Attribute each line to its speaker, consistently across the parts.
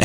Speaker 1: Eh,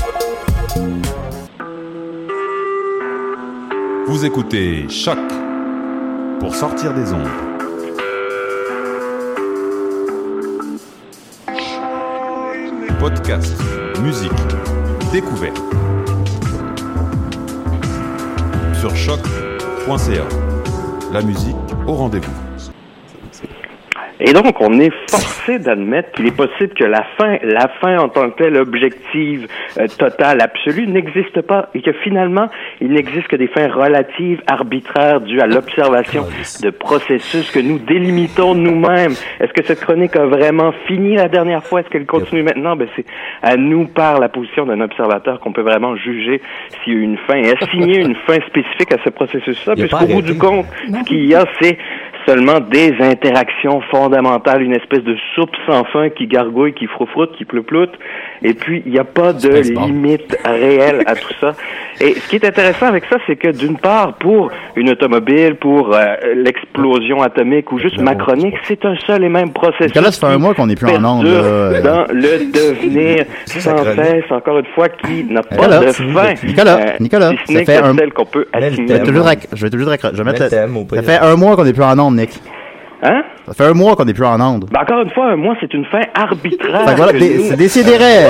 Speaker 2: Vous écoutez Choc pour sortir des ondes. Podcast, musique, découverte. Sur choc.ca. La musique au rendez-vous.
Speaker 3: Et donc, on est forcé d'admettre qu'il est possible que la fin, la fin en tant que telle, objective, euh, totale, absolue, n'existe pas et que finalement, il n'existe que des fins relatives, arbitraires, dues à l'observation de processus que nous délimitons nous-mêmes. Est-ce que cette chronique a vraiment fini la dernière fois? Est-ce qu'elle continue maintenant? Ben, c'est à nous, par la position d'un observateur, qu'on peut vraiment juger s'il y a eu une fin et assigner une fin spécifique à ce processus-là,
Speaker 4: Il a pas
Speaker 3: puisqu'au bout
Speaker 4: arrêté.
Speaker 3: du compte, ce qu'il y a, c'est seulement des interactions fondamentales, une espèce de soupe sans fin qui gargouille, qui froufroute, qui pleuploute. Et puis, il n'y a pas de
Speaker 4: Spaceball.
Speaker 3: limite réelle à tout ça. Et ce qui est intéressant avec ça, c'est que d'une part, pour une automobile, pour euh, l'explosion atomique ou juste ma chronique, c'est un seul et même processus.
Speaker 5: Nicolas, ça fait un
Speaker 3: qui
Speaker 5: mois qu'on n'est plus en onde. là,
Speaker 3: perdure
Speaker 5: euh,
Speaker 3: dans le devenir sans cesse, encore une fois, qui n'a pas
Speaker 5: Nicolas,
Speaker 3: de
Speaker 5: c'est-
Speaker 3: fin.
Speaker 5: Nicolas,
Speaker 3: Euh,
Speaker 5: Nicolas,
Speaker 3: si ce
Speaker 5: ça
Speaker 3: n'est
Speaker 5: fait
Speaker 3: que
Speaker 5: un-
Speaker 3: celle qu'on peut
Speaker 6: Mets le
Speaker 5: je
Speaker 3: assigner.
Speaker 5: vais toujours rac- je vais toujours rac- je vais mettre
Speaker 6: Mets le
Speaker 5: la-
Speaker 6: thème au
Speaker 5: Ça
Speaker 6: pire.
Speaker 5: fait un mois qu'on n'est plus en onde, Nick.
Speaker 3: Hein?
Speaker 5: Ça fait un mois qu'on n'est plus en onde.
Speaker 3: Ben, encore une fois, un mois, c'est une fin arbitraire.
Speaker 5: Fait que voilà,
Speaker 3: que
Speaker 5: dé-
Speaker 3: nous-
Speaker 5: c'est décidéré.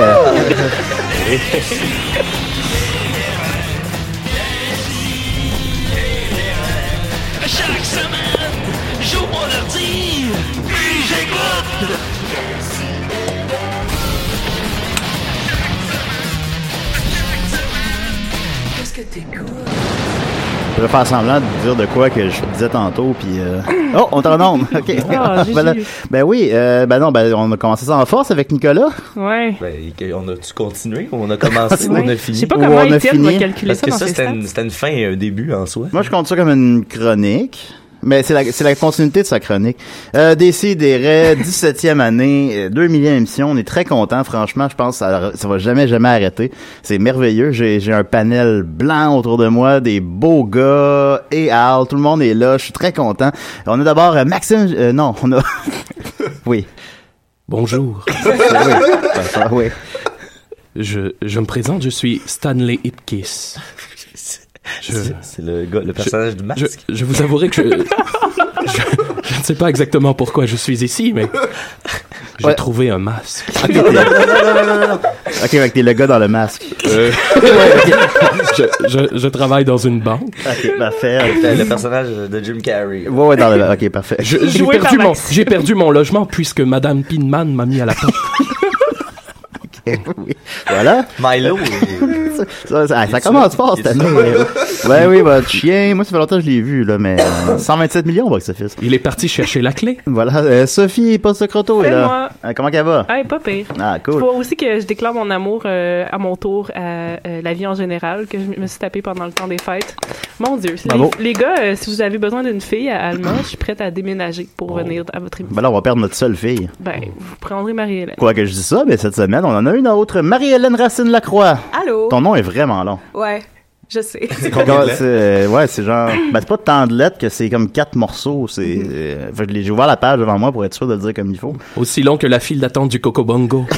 Speaker 7: Chaque semaine, j'ouvre mon ordi, puis j'écoute. Qu'est-ce que t'écoutes?
Speaker 5: Je vais faire semblant de dire de quoi que je disais tantôt, puis... euh, Oh, on t'en onde! OK.
Speaker 8: Ah, j'ai
Speaker 5: Voilà.
Speaker 8: su.
Speaker 5: ben oui, euh, ben non, ben on a commencé ça en force avec Nicolas.
Speaker 8: Ouais.
Speaker 6: Ben, que- on a-tu continué? On a commencé,
Speaker 5: Ouais.
Speaker 6: on a
Speaker 8: Je
Speaker 6: fini.
Speaker 8: sais pas
Speaker 5: Ou
Speaker 8: comment
Speaker 5: on a
Speaker 8: Étienne
Speaker 5: fini.
Speaker 8: va calculer
Speaker 6: Parce
Speaker 8: ça
Speaker 6: que
Speaker 8: dans
Speaker 6: ça,
Speaker 8: ses
Speaker 6: c'était
Speaker 8: stats.
Speaker 6: une, c'était une fin et un début en soi.
Speaker 5: Moi, je compte ça comme une chronique. Mais c'est la, c'est la continuité de sa chronique. Euh, DC des 17e année, 2 millième émission. On est très content. Franchement, je pense que ça, ça va jamais, jamais arrêter. C'est merveilleux. J'ai, j'ai un panel blanc autour de moi, des beaux gars et Al. Tout le monde est là. Je suis très content. On a d'abord euh, Maxime... euh, non, on a... oui.
Speaker 9: Bonjour,
Speaker 5: Oui. Ben, ça, oui.
Speaker 9: je, je me présente, je suis Stanley Ipkiss. Je,
Speaker 6: C'est c'est le, gars, le personnage du
Speaker 9: je,
Speaker 6: masque.
Speaker 9: je vous avouerai que je, je- je ne sais pas exactement pourquoi je suis ici, mais j'ai
Speaker 5: Ouais.
Speaker 9: trouvé un masque.
Speaker 5: OK, fait que t'es le gars dans le masque.
Speaker 9: Euh, Je, je, je travaille dans une banque.
Speaker 5: OK, parfait.
Speaker 6: Le, le personnage de Jim Carrey.
Speaker 5: Ouais, ouais, dans le... OK, parfait.
Speaker 9: Je- J'ai
Speaker 8: Joué par
Speaker 9: perdu, mon-
Speaker 8: Maxime.
Speaker 9: j'ai perdu mon logement puisque Madame Pinman m'a mis à la porte.
Speaker 5: Oui. Voilà.
Speaker 6: Milo. euh,
Speaker 5: Ça, ça- ah, ça commence fort cette année. ouais, oui, votre chien. Moi, ça fait longtemps que je l'ai vu, là, mais euh, 127 millions, box office.
Speaker 9: Il est parti chercher la clé.
Speaker 5: Voilà, euh, Sophie, pas secroto,
Speaker 8: C'est
Speaker 5: là.
Speaker 8: moi.
Speaker 5: Euh, comment qu'elle va?
Speaker 8: Ah, pas pire.
Speaker 5: Ah,
Speaker 8: Faut
Speaker 5: cool.
Speaker 8: aussi que je déclare mon amour euh, à mon tour à euh, la vie en général, que je me suis tapé pendant le temps des fêtes. Mon Dieu. Les,
Speaker 5: Bravo.
Speaker 8: les gars, euh, si vous avez besoin d'une fille à Allemand, je suis prête à déménager pour venir à votre émission.
Speaker 5: Ben là, on va perdre notre seule fille.
Speaker 8: Ben, vous prendrez Marie-Hélène.
Speaker 5: Quoi que je dis ça, mais cette semaine, on en a une autre. Marie-Hélène Racine Lacroix.
Speaker 10: Allô?
Speaker 5: Ton nom est vraiment long.
Speaker 10: Ouais, je sais.
Speaker 5: Comment- c'est, euh, ouais, c'est genre. Ben, c'est pas tant de lettres que c'est comme quatre morceaux. C'est. euh, fait que j'ai ouvert la page devant moi pour être sûr de le dire comme il faut.
Speaker 9: Aussi long que la file d'attente du Coco Bongo.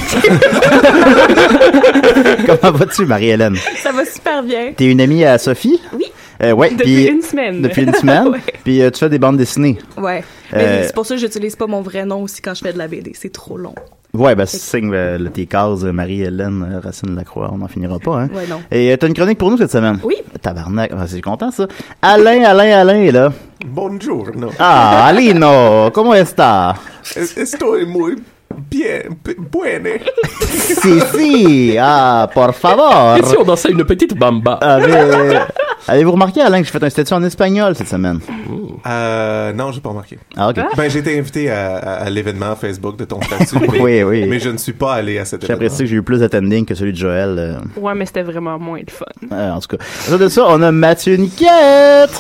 Speaker 5: comment vas-tu, Marie-Hélène?
Speaker 10: Ça va super bien.
Speaker 5: T'es une amie à Sophie?
Speaker 10: Oui.
Speaker 5: Euh, ouais,
Speaker 8: Depuis
Speaker 5: puis-
Speaker 8: une semaine.
Speaker 5: Depuis une semaine.
Speaker 8: Ouais.
Speaker 5: Puis euh, tu fais des bandes dessinées.
Speaker 10: Ouais. Mais
Speaker 5: Euh,
Speaker 10: c'est pour ça que j'utilise pas mon vrai nom aussi quand je fais de la BD. C'est trop long.
Speaker 5: Ouais, ben, signe euh, le- tes cases, euh, Marie-Hélène, euh, Racine Lacroix, on n'en finira pas, hein.
Speaker 10: Ouais, non.
Speaker 5: Et euh, t'as une chronique pour nous cette semaine?
Speaker 10: Oui.
Speaker 5: Tabarnak, ah, c'est content ça. Alain, Alain, Alain est là.
Speaker 11: Bonjour.
Speaker 5: Ah, Alino, comment est-ce
Speaker 11: E, Estoy muy bien, p- buene.
Speaker 5: Si, si, ah, por favor.
Speaker 9: Et si on dansait une petite bamba
Speaker 5: Ah, mais, Avez-vous remarqué, Alain, que j'ai fait un statut en espagnol cette semaine?
Speaker 11: Euh, non, j'ai pas remarqué.
Speaker 5: Ah, ok.
Speaker 11: Ben, j'ai été invité à, à- à l'événement Facebook de ton statut.
Speaker 5: Oui,
Speaker 11: mais-
Speaker 5: oui.
Speaker 11: Mais je ne suis pas allé à cet événement.
Speaker 5: J'apprécie que j'ai eu plus d'attending que celui de Joël. euh,
Speaker 8: Ouais, mais c'était vraiment moins le fun.
Speaker 5: euh, en tout cas. Autour de ça, on a Mathieu Niquette!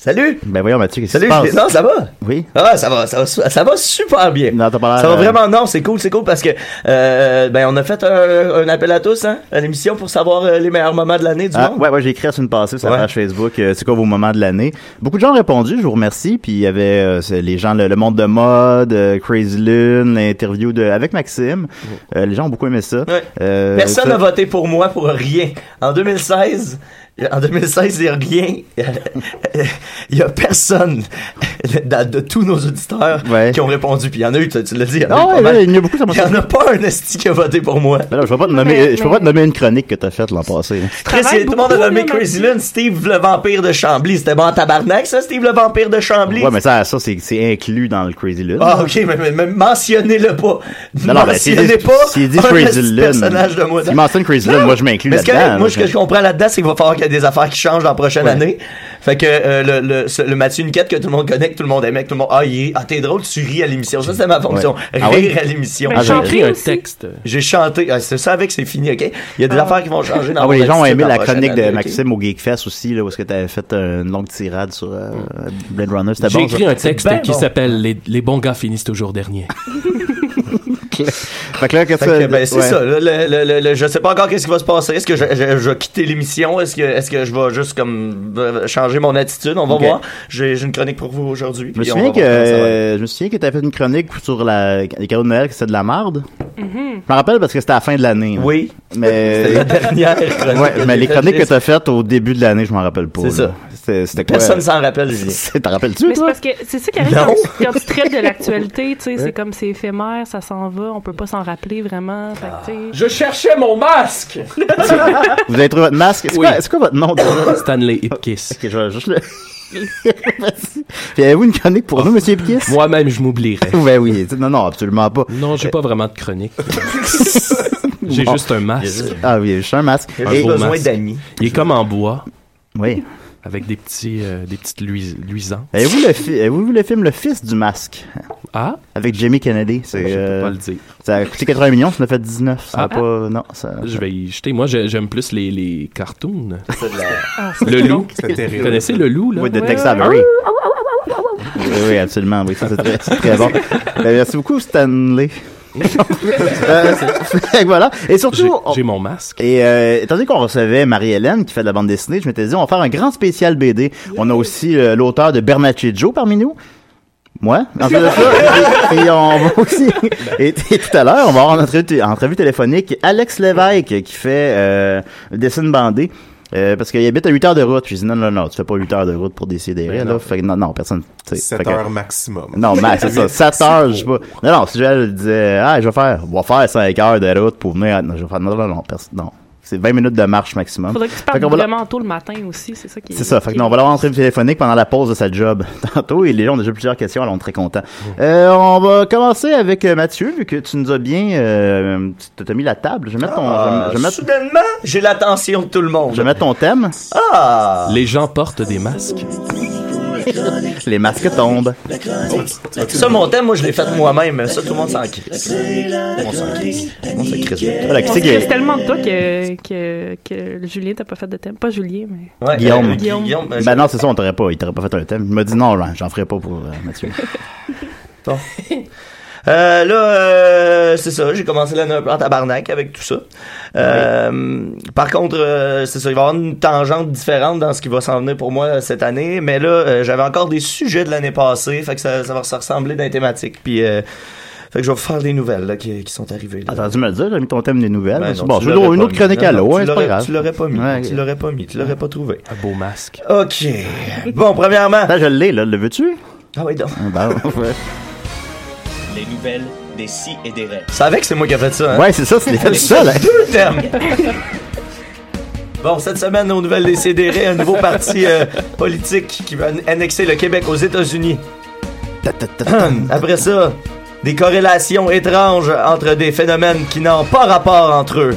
Speaker 6: Salut!
Speaker 5: Ben voyons, Mathieu, qu'est-ce qui
Speaker 6: Salut,
Speaker 5: se passe?
Speaker 6: je- non, ça va?
Speaker 5: Oui.
Speaker 6: Ah, ça va, ça va, su- ça va super bien.
Speaker 5: Non, t'as pas l'air,
Speaker 6: Ça va
Speaker 5: euh,
Speaker 6: vraiment, non, c'est cool, c'est cool parce que, euh, ben, on a fait un, un appel à tous, hein, à l'émission pour savoir euh, les meilleurs moments de l'année du
Speaker 5: Ah,
Speaker 6: monde.
Speaker 5: ouais, ouais, j'ai écrit la semaine passée sur la
Speaker 6: Ouais.
Speaker 5: page Facebook, euh, c'est quoi vos moments de l'année? Beaucoup de gens ont répondu, je vous remercie, puis il y avait euh, c'est les gens, le, le monde de mode, euh, Crazy Lune, l'interview de, avec Maxime, Euh, les gens ont beaucoup aimé ça. Euh,
Speaker 6: Personne
Speaker 5: ça-
Speaker 6: n'a voté pour moi pour rien. En 2016, en 2016, il n'y a rien. Il n'y a personne de, de tous nos auditeurs qui ont répondu. Puis il y en a eu, tu, tu l'as dit. Il y en a
Speaker 5: Ah
Speaker 6: eu pas
Speaker 5: ouais,
Speaker 6: mal.
Speaker 5: ouais, il y en a beaucoup, ça m'a
Speaker 6: Il n'y en a pas un esti qui a voté pour moi.
Speaker 5: Ben là, je vais pas te nommer, je vais pas te nommer une chronique que t'as faite l'an passé. là.
Speaker 6: Chris, il y a- tout le monde a nommé Crazy Lynn, Steve le vampire de Chambly. C'était bon en tabarnak, ça, Steve le vampire de Chambly.
Speaker 5: Ouais, mais ça, ça c'est, c'est inclus dans le Crazy Lune.
Speaker 6: Ah, ok, mais, mais- mais mentionnez-le pas.
Speaker 5: Non, non, ben, s'il
Speaker 6: mentionnez
Speaker 5: dit-
Speaker 6: pas
Speaker 5: s'il dit
Speaker 6: un
Speaker 5: Crazy
Speaker 6: esti de
Speaker 5: Lynn,
Speaker 6: personnage de moi.
Speaker 5: s'il mentionne Crazy Lynn, moi, je m'inclus
Speaker 6: Mais c'est
Speaker 5: là-dedans,
Speaker 6: correct. Moi,
Speaker 5: là,
Speaker 6: ce que je comprends là-dedans, c'est qu'il va falloir qu'il y ait des affaires qui changent dans la prochaine année. Fait que euh, le, le, ce- le Mathieu Niquette que tout le monde connaît, que tout le monde aimait, que tout le monde. Ah, il est- ah, t'es drôle, tu ris à l'émission. Ça, c'est ma fonction.
Speaker 5: Ouais.
Speaker 6: Rire
Speaker 5: Ah oui?
Speaker 6: à l'émission.
Speaker 5: Mais Ah, j'ai chanter écrit un aussi.
Speaker 6: texte. J'ai chanté. Ah, c'est ça avec, c'est fini, ok? Il y a des affaires qui vont changer dans
Speaker 5: Ah oui,
Speaker 6: mon
Speaker 5: les gens ont
Speaker 6: attitude
Speaker 5: aimé
Speaker 6: dans
Speaker 5: la
Speaker 6: prochaine
Speaker 5: chronique de
Speaker 6: année, ok?
Speaker 5: Maxime au Geekfest aussi, là, où est-ce que t'avais fait une longue tirade sur euh,
Speaker 6: Mm.
Speaker 5: Blade Runner. C'était
Speaker 9: J'ai
Speaker 5: Ah, bon,
Speaker 9: écrit
Speaker 5: ça? Ben,
Speaker 9: un texte qui s'appelle les, les bons gars finissent toujours dernier.
Speaker 5: Fait que là, qu'est-ce
Speaker 6: Fait que,
Speaker 5: que
Speaker 6: ben, c'est
Speaker 5: ouais.
Speaker 6: ça. là, le, le- le- le- je sais pas encore qu'est-ce qui va se passer. Est-ce que je, je- je vais quitter l'émission? Est-ce que, est-ce que je vais juste comme euh, changer mon attitude? On va
Speaker 5: Ok.
Speaker 6: voir. J'ai, j'ai une chronique pour vous aujourd'hui.
Speaker 5: Je me
Speaker 6: puis on
Speaker 5: souviens
Speaker 6: va
Speaker 5: que
Speaker 6: voir comment ça va aller.
Speaker 5: euh, je me souviens que t'avais fait une chronique sur la, les cadeaux de Noël que c'était de la marde.
Speaker 6: Mhm.
Speaker 5: Je me rappelle parce que c'était à la fin de l'année. là.
Speaker 6: Oui.
Speaker 5: Mais
Speaker 6: C'était la dernière chronique
Speaker 5: euh, Ouais,
Speaker 6: que
Speaker 5: mais
Speaker 6: j'ai
Speaker 5: les
Speaker 6: faite.
Speaker 5: chroniques que t'as faites au début de l'année, je m'en rappelle pas.
Speaker 6: C'est
Speaker 5: là.
Speaker 6: ça.
Speaker 5: C'était c'était quoi
Speaker 6: Personne s'en rappelle.
Speaker 5: C'est- T'en rappelles-tu
Speaker 8: Mais c'est parce que c'est ça qui arrive
Speaker 5: Non.
Speaker 8: quand tu- quand tu traites de l'actualité, tu sais,
Speaker 5: Hein?
Speaker 8: c'est comme c'est éphémère, ça s'en va, on peut pas s'en rappeler vraiment. Fait que, tu sais.
Speaker 4: Je cherchais mon masque!
Speaker 5: Vous avez trouvé votre masque C'est quoi, c'est quoi votre nom déjà?
Speaker 9: Stanley Hipkiss.
Speaker 5: Ok, je vais juste le. Merci. Puis avez-vous une chronique pour nous, Monsieur Hipkiss
Speaker 9: Moi-même, je m'oublierais.
Speaker 5: ben oui, tu- non, non, absolument pas.
Speaker 9: Non, j'ai pas vraiment de chronique. J'ai
Speaker 5: Bon.
Speaker 9: juste un masque.
Speaker 5: Ah oui, juste un masque.
Speaker 9: Un beau masque. Il est comme en bois.
Speaker 5: Oui. Eh
Speaker 9: Avec des petits, euh, des petites luis- luisants.
Speaker 5: Avez-vous le, fi- avez-vous vu le film Le Fils du Masque
Speaker 9: Ah
Speaker 5: Avec Jamie Kennedy. C'est,
Speaker 9: Je peux
Speaker 5: euh,
Speaker 9: pas le dire.
Speaker 5: Ça a coûté 80 millions, ça en a fait 19. Ça a
Speaker 9: Ah.
Speaker 5: pas. Non, ça.
Speaker 9: Je vais y jeter. Moi, j'ai- j'aime plus les, les cartoons.
Speaker 5: Ah, c'est
Speaker 9: le loup.
Speaker 5: long. C'est terrible.
Speaker 9: Vous connaissez le loup, là?
Speaker 5: Oui, de Tex Avery. Oui, oui, absolument. Oui, ça, c'est très, c'est très bon. Ben, merci beaucoup, Stanley. Euh, fait que voilà. Et surtout. J'ai
Speaker 9: mon masque.
Speaker 5: Et euh, étant donné qu'on recevait Marie-Hélène qui fait de la bande dessinée, je m'étais dit, on va faire un grand spécial BD. On a aussi euh, l'auteur de Bernacchi Joe parmi nous. Moi, en plus de ça, et, et on va aussi. Et, et tout à l'heure, on va avoir en entrevue, en entrevue téléphonique Alex Lévesque qui fait euh, le dessin bandé. euh, parce qu'il habite à 8 heures de route. Je lui dis non, non, non, tu fais pas 8 heures de route pour décider.
Speaker 11: Ben
Speaker 5: là.
Speaker 11: non.
Speaker 5: Fait que non, non, personne. tu sais,
Speaker 11: 7
Speaker 5: fait que-
Speaker 11: heures maximum.
Speaker 5: non, mais c'est ça, 7 heures, je sais pas. Non, non, si Joël disait, ah, je vais faire, on va faire 5 heures de route pour venir, à- non, je vais faire, non, non, non, pers- non. C'est 20 minutes de marche maximum.
Speaker 8: Faudrait que tu
Speaker 5: Fait
Speaker 8: parles
Speaker 5: qu'on va la-
Speaker 8: vraiment tôt le matin aussi, c'est ça qui
Speaker 5: C'est ça, fait que non, on va l'avoir en entrevue téléphonique pendant la pause de sa job tantôt, et les gens ont déjà plusieurs questions, alors on est très contents.
Speaker 6: Mm.
Speaker 5: Euh, on va commencer avec euh, Mathieu, vu que tu nous as bien, euh, tu t'as mis la table, je vais mettre ton,
Speaker 6: Ah,
Speaker 5: je vais mettre,
Speaker 6: Soudainement, j'ai l'attention de tout le monde.
Speaker 5: je vais mettre ton thème.
Speaker 6: Ah!
Speaker 9: Les gens portent des masques.
Speaker 5: Les masques tombent.
Speaker 6: Ça, mon thème, moi, je l'ai fait moi-même. Ça, tout le monde s'en crisse. On s'en crisse. On s'en crisse.
Speaker 5: la
Speaker 8: On se crisse tellement de toi que, que, que Julien t'a pas fait de thème. Pas Julien, mais.
Speaker 6: euh,
Speaker 5: Guillaume.
Speaker 8: Guillaume. Guillaume,
Speaker 5: ben non, c'est ça, on t'aurait pas, il t'aurait pas fait un thème. Il m'a dit non, Ryan, j'en ferai pas pour euh, Mathieu.
Speaker 6: Bon. Euh, là, euh, c'est ça, j'ai commencé l'année un peu en tabarnak avec tout ça. Euh, Par contre, euh, c'est ça, il va y avoir une tangente différente dans ce qui va s'en venir pour moi euh, cette année, mais là, euh, j'avais encore des sujets de l'année passée, fait que ça, ça va se ressembler dans les thématiques, puis... euh, fait que je vais vous faire des nouvelles là, qui, qui sont arrivées. là.
Speaker 5: Attends, tu me le dis, j'ai mis ton thème des nouvelles.
Speaker 6: Ben non,
Speaker 5: bon,
Speaker 6: tu
Speaker 5: je veux
Speaker 6: l'aurais
Speaker 5: une
Speaker 6: pas
Speaker 5: autre
Speaker 6: mis.
Speaker 5: chronique à
Speaker 6: Non,
Speaker 5: l'eau,
Speaker 6: tu
Speaker 5: hein, c'est pas
Speaker 6: l'aurais-
Speaker 5: grave.
Speaker 6: Tu l'aurais pas mis,
Speaker 5: Ouais.
Speaker 6: tu l'aurais pas mis, tu l'aurais pas trouvé.
Speaker 9: Un beau masque.
Speaker 6: OK. Bon, premièrement...
Speaker 5: Ben, je l'ai, là, le veux-tu?
Speaker 6: Ah oui, donc.
Speaker 5: Ben, ouais.
Speaker 12: Les nouvelles des si et des rêves.
Speaker 6: C'est avec c'est moi qui ai fait ça. hein?
Speaker 5: Ouais, c'est ça, c'est les fait tout seul, hein.
Speaker 6: Deux termes. Bon, cette semaine, aux nouvelles des CDR, un nouveau parti euh, politique qui veut an- annexer le Québec aux États-Unis. Hum, Après ça, des corrélations étranges entre des phénomènes qui n'ont pas rapport entre eux.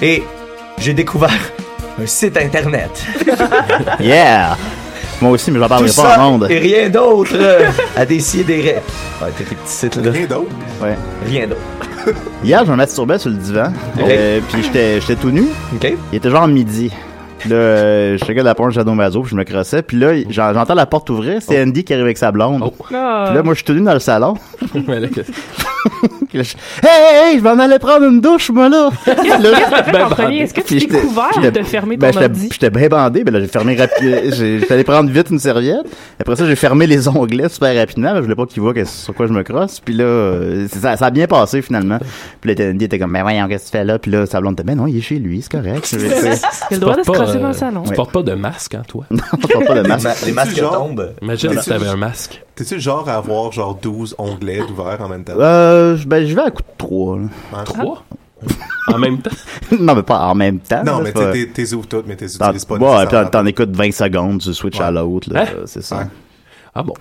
Speaker 6: Et j'ai découvert un site internet.
Speaker 5: Yeah! Moi aussi, mais j'en
Speaker 6: Tout
Speaker 5: parlerai pas
Speaker 6: ça
Speaker 5: en monde.
Speaker 6: et rien d'autre euh, à décider. Ouais, t'as tes petits sites là. Rien
Speaker 11: d'autre.
Speaker 5: Ouais.
Speaker 6: Rien d'autre.
Speaker 5: Hier, je me masturbais sur le divan.
Speaker 6: Ok.
Speaker 5: Euh, puis j'étais j'étais tout nu. Il était genre midi. Puis Là, euh, je checkais la porte Shadow Mazo, puis je me crossais. Puis là, j'en- j'entends la porte ouvrir. C'est
Speaker 6: Oh.
Speaker 5: Andy qui arrive avec sa blonde. Puis là, moi, je suis tout nu dans le salon. Puis là, je- hey, hey, hey, je vais en aller prendre une douche, moi, là.
Speaker 8: Qu'est-ce
Speaker 5: Là,
Speaker 8: que t'as fait
Speaker 5: ben,
Speaker 8: en premier? Est-ce que tu
Speaker 5: puis
Speaker 8: t'es
Speaker 5: j'étais-
Speaker 8: couvert
Speaker 5: j'étais-
Speaker 8: de fermer
Speaker 5: ben,
Speaker 8: ton
Speaker 5: j'étais-
Speaker 8: ordi?
Speaker 5: J'étais bien bandé, ben là, j'ai fermé rapidement. J'étais allé prendre vite une serviette. Après ça, j'ai fermé les onglets super rapidement. parce que Je voulais pas qu'ils voient que- sur quoi je me crosse. Puis là, euh, c'est- ça, ça a bien passé, finalement. Puis là, Andy était comme, mais voyons, qu'est-ce que tu fais là? Puis là, sa blonde était, mais non, il est chez lui, c'est correct.
Speaker 9: Il a le droit de se crosser dans le salon. euh, Tu
Speaker 5: Ouais.
Speaker 9: portes pas de masque, hein, toi? Non,
Speaker 5: je porte pas de masque.
Speaker 11: T'es-tu le genre-
Speaker 9: Imagine
Speaker 11: T'es-tu
Speaker 9: si t'avais
Speaker 11: le-
Speaker 9: un masque.
Speaker 11: T'es-tu le genre à avoir genre 12 onglets ouverts en même temps? Hein?
Speaker 5: Euh, ben, je vais à coup de 3.
Speaker 11: Trois?
Speaker 9: En même temps?
Speaker 5: non, mais pas en même temps.
Speaker 11: Non,
Speaker 5: là,
Speaker 11: mais
Speaker 5: c'est pas-
Speaker 11: t'es- t'es t'es ouvres toutes, mais t'es
Speaker 5: T'en-
Speaker 11: utilises pas
Speaker 5: ouais, puis
Speaker 11: nécessairement.
Speaker 5: t'en- t'en écoutes 20 secondes, tu switches à l'autre, là,
Speaker 6: Hein?
Speaker 5: euh, c'est ça. eh,
Speaker 9: Ah bon?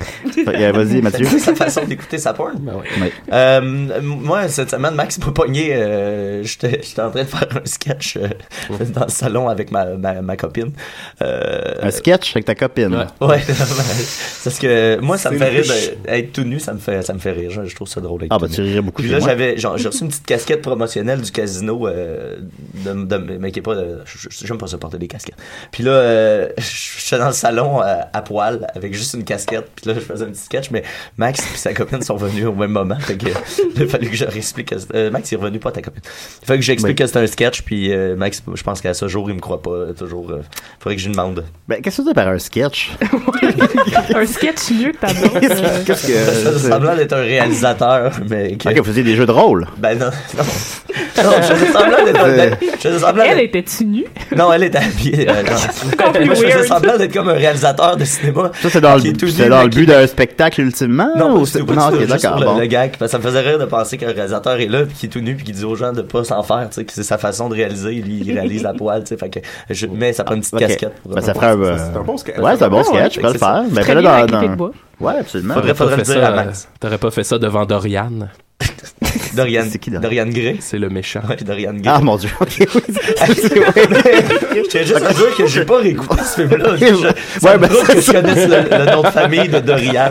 Speaker 5: euh, vas-y, Mathieu.
Speaker 6: C'est sa façon d'écouter sa porn.
Speaker 5: Ouais.
Speaker 6: Euh, m- moi, cette semaine, Max m'a pogné. euh, J'étais j'étais en train de faire un sketch euh, dans le salon avec ma, ma, ma copine. Euh,
Speaker 5: Un sketch avec ta copine.
Speaker 6: Ouais, parce que moi ça me
Speaker 5: C'est
Speaker 6: fait rire
Speaker 5: riche.
Speaker 6: de- être tout nu, ça me fait ça me fait rire, je, je trouve ça drôle. d'être
Speaker 5: Ah,
Speaker 6: tout
Speaker 5: bah,
Speaker 6: nu.
Speaker 5: tu rirais beaucoup
Speaker 6: Puis
Speaker 5: chez
Speaker 6: là
Speaker 5: moi.
Speaker 6: j'avais genre, j'ai reçu une petite casquette promotionnelle du casino euh, de, de- mais qui est pas euh, je- je- j'aime pas se porter des casquettes. Puis là euh, je suis dans le salon euh, à poil avec juste une casquette, puis là je faisais un petit sketch mais Max et sa copine sont venus au même moment, fait que il a fallu que je réexplique que c'est- euh, Max il est revenu pas ta copine. Fait que j'explique
Speaker 5: Oui.
Speaker 6: que c'est un sketch puis euh, Max je pense qu'à ce jour il me croit pas euh, toujours euh, faudrait que je lui demande.
Speaker 5: Ben, qu'est-ce que tu par un sketch?
Speaker 8: un sketch mieux que ta blonde. euh,
Speaker 6: Ça
Speaker 5: Qu'est-ce que.
Speaker 6: ça semble d'être un réalisateur, mais.
Speaker 5: Ah, que vous faisiez des jeux de rôle.
Speaker 6: Ben non, non. Non, je faisais semblant d'être.
Speaker 5: Euh.
Speaker 6: je faisais semblant
Speaker 8: Elle
Speaker 6: d'être-
Speaker 8: était-tu nue?
Speaker 6: Non, elle est habillée. euh, non.
Speaker 8: Encore plus
Speaker 6: Moi, je faisais
Speaker 8: weird.
Speaker 6: semblant d'être comme un réalisateur de cinéma.
Speaker 5: Ça, c'est dans,
Speaker 6: qui est tout
Speaker 5: le, c'est
Speaker 6: nu,
Speaker 5: dans
Speaker 6: mais
Speaker 5: le
Speaker 6: qui-
Speaker 5: but d'un spectacle, ultimement?
Speaker 6: Non,
Speaker 5: ou
Speaker 6: c'est
Speaker 5: c'est-
Speaker 6: pas
Speaker 5: non,
Speaker 6: du tout,
Speaker 5: ok,
Speaker 6: juste
Speaker 5: d'accord.
Speaker 6: sur le-
Speaker 5: Bon.
Speaker 6: le gag. Parce que ça me faisait rire de penser qu'un réalisateur est là, puis qui est tout nu, puis qui dit aux gens de pas s'en faire, tu sais, que c'est sa façon de réaliser, lui, il réalise la poêle, tu sais, fait que je mets sa petite
Speaker 5: Ok.
Speaker 6: casquette. pour-
Speaker 5: Ben, ça ferait un, euh,
Speaker 6: c'est un bon sketch.
Speaker 5: Ouais, c'est un bon
Speaker 6: Ah ouais,
Speaker 5: sketch, je
Speaker 6: fait
Speaker 5: peux le
Speaker 6: que
Speaker 5: faire.
Speaker 6: c'est
Speaker 5: Ben,
Speaker 6: très
Speaker 5: fais-le
Speaker 6: bien
Speaker 5: dans,
Speaker 6: avec les
Speaker 5: dans-
Speaker 6: bois.
Speaker 5: Ouais, absolument.
Speaker 9: T'aurais pas fait ça, euh,
Speaker 6: Max.
Speaker 9: T'aurais pas fait ça devant Dorian.
Speaker 6: Dorian,
Speaker 9: c'est
Speaker 6: qui Dorian Gray?
Speaker 9: C'est le méchant.
Speaker 6: Dorian Gray.
Speaker 5: Ah, mon dieu, ok, oui.
Speaker 6: Je tiens juste à dire que j'ai pas réécouté ce film-là. Je- ça
Speaker 9: Ouais,
Speaker 6: me
Speaker 9: ben,
Speaker 6: trouve
Speaker 9: c'est
Speaker 6: que je
Speaker 9: ça.
Speaker 6: connaisse le, le nom de famille de Dorian.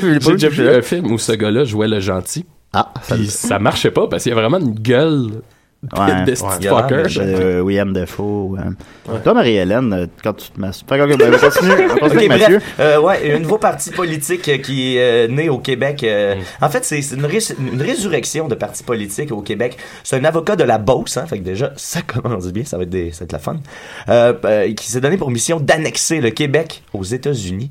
Speaker 9: J'ai déjà vu un film où ce gars-là jouait le gentil.
Speaker 5: Ah,
Speaker 9: ça, ça marchait pas parce qu'il y a vraiment une gueule de-
Speaker 5: Ouais.
Speaker 9: de petit fucker.
Speaker 5: Euh, William Defoe. euh. Toi, Marie-Hélène, euh, quand tu te masturbes. Fait que, ok, ben, on continue, on continue
Speaker 6: Ok,
Speaker 5: avec
Speaker 6: bref,
Speaker 5: Mathieu.
Speaker 6: euh, ouais, un nouveau parti politique euh, qui est euh, né au Québec. euh, En fait, c'est c'est une, rés- une résurrection de partis politiques au Québec. C'est un avocat de la Beauce, hein, fait que déjà, ça commence bien, ça va être, des, ça va être la fun, euh, euh, qui s'est donné pour mission d'annexer le Québec aux États-Unis.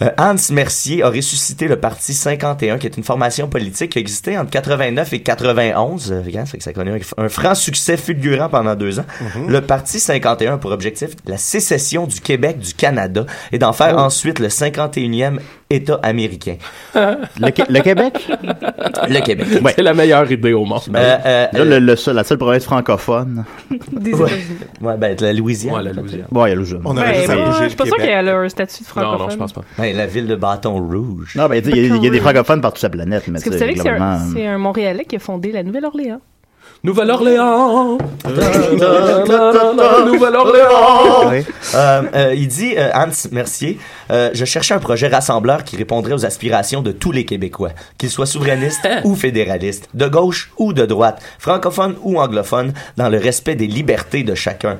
Speaker 6: Euh, Hans Mercier a ressuscité le Parti 51, qui est une formation politique qui existait entre 89 et 91. Euh, regarde, ça fait que ça a connu un, un franc succès fulgurant pendant deux ans. Le Parti 51 a pour objectif la sécession du Québec du Canada et d'en faire
Speaker 5: Oh.
Speaker 6: ensuite le 51e État américain.
Speaker 5: Le, Qué- le Québec?
Speaker 6: Le Québec.
Speaker 9: Ah. C'est la meilleure idée au monde.
Speaker 6: Euh, euh,
Speaker 5: Là, le- le seul- la seule province francophone.
Speaker 6: Ouais. Ouais, ben, la Louisiane.
Speaker 9: Ouais, la Louisiane.
Speaker 5: Bon, il y a le jeu.
Speaker 6: On
Speaker 8: Ben, moi, je suis pas sûr qu'elle a un statut de francophone.
Speaker 6: Ouais, la ville de Bâton Rouge.
Speaker 5: Non, ben, il y a- il y, a- il y a des francophones partout sur la planète, mais
Speaker 8: Est-ce Ah que
Speaker 5: tu
Speaker 8: vous savez
Speaker 5: sais,
Speaker 8: que c'est un,
Speaker 5: globalement,
Speaker 8: c'est un Montréalais qui a fondé la Nouvelle-Orléans?
Speaker 9: Nouvelle-Orléans!
Speaker 6: Oui. Euh, euh, il dit, euh, Hans Mercier, euh, je cherchais un projet rassembleur qui répondrait aux aspirations de tous les Québécois, qu'ils soient souverainistes ou fédéralistes, de gauche ou de droite, francophones ou anglophones, dans le respect des libertés de chacun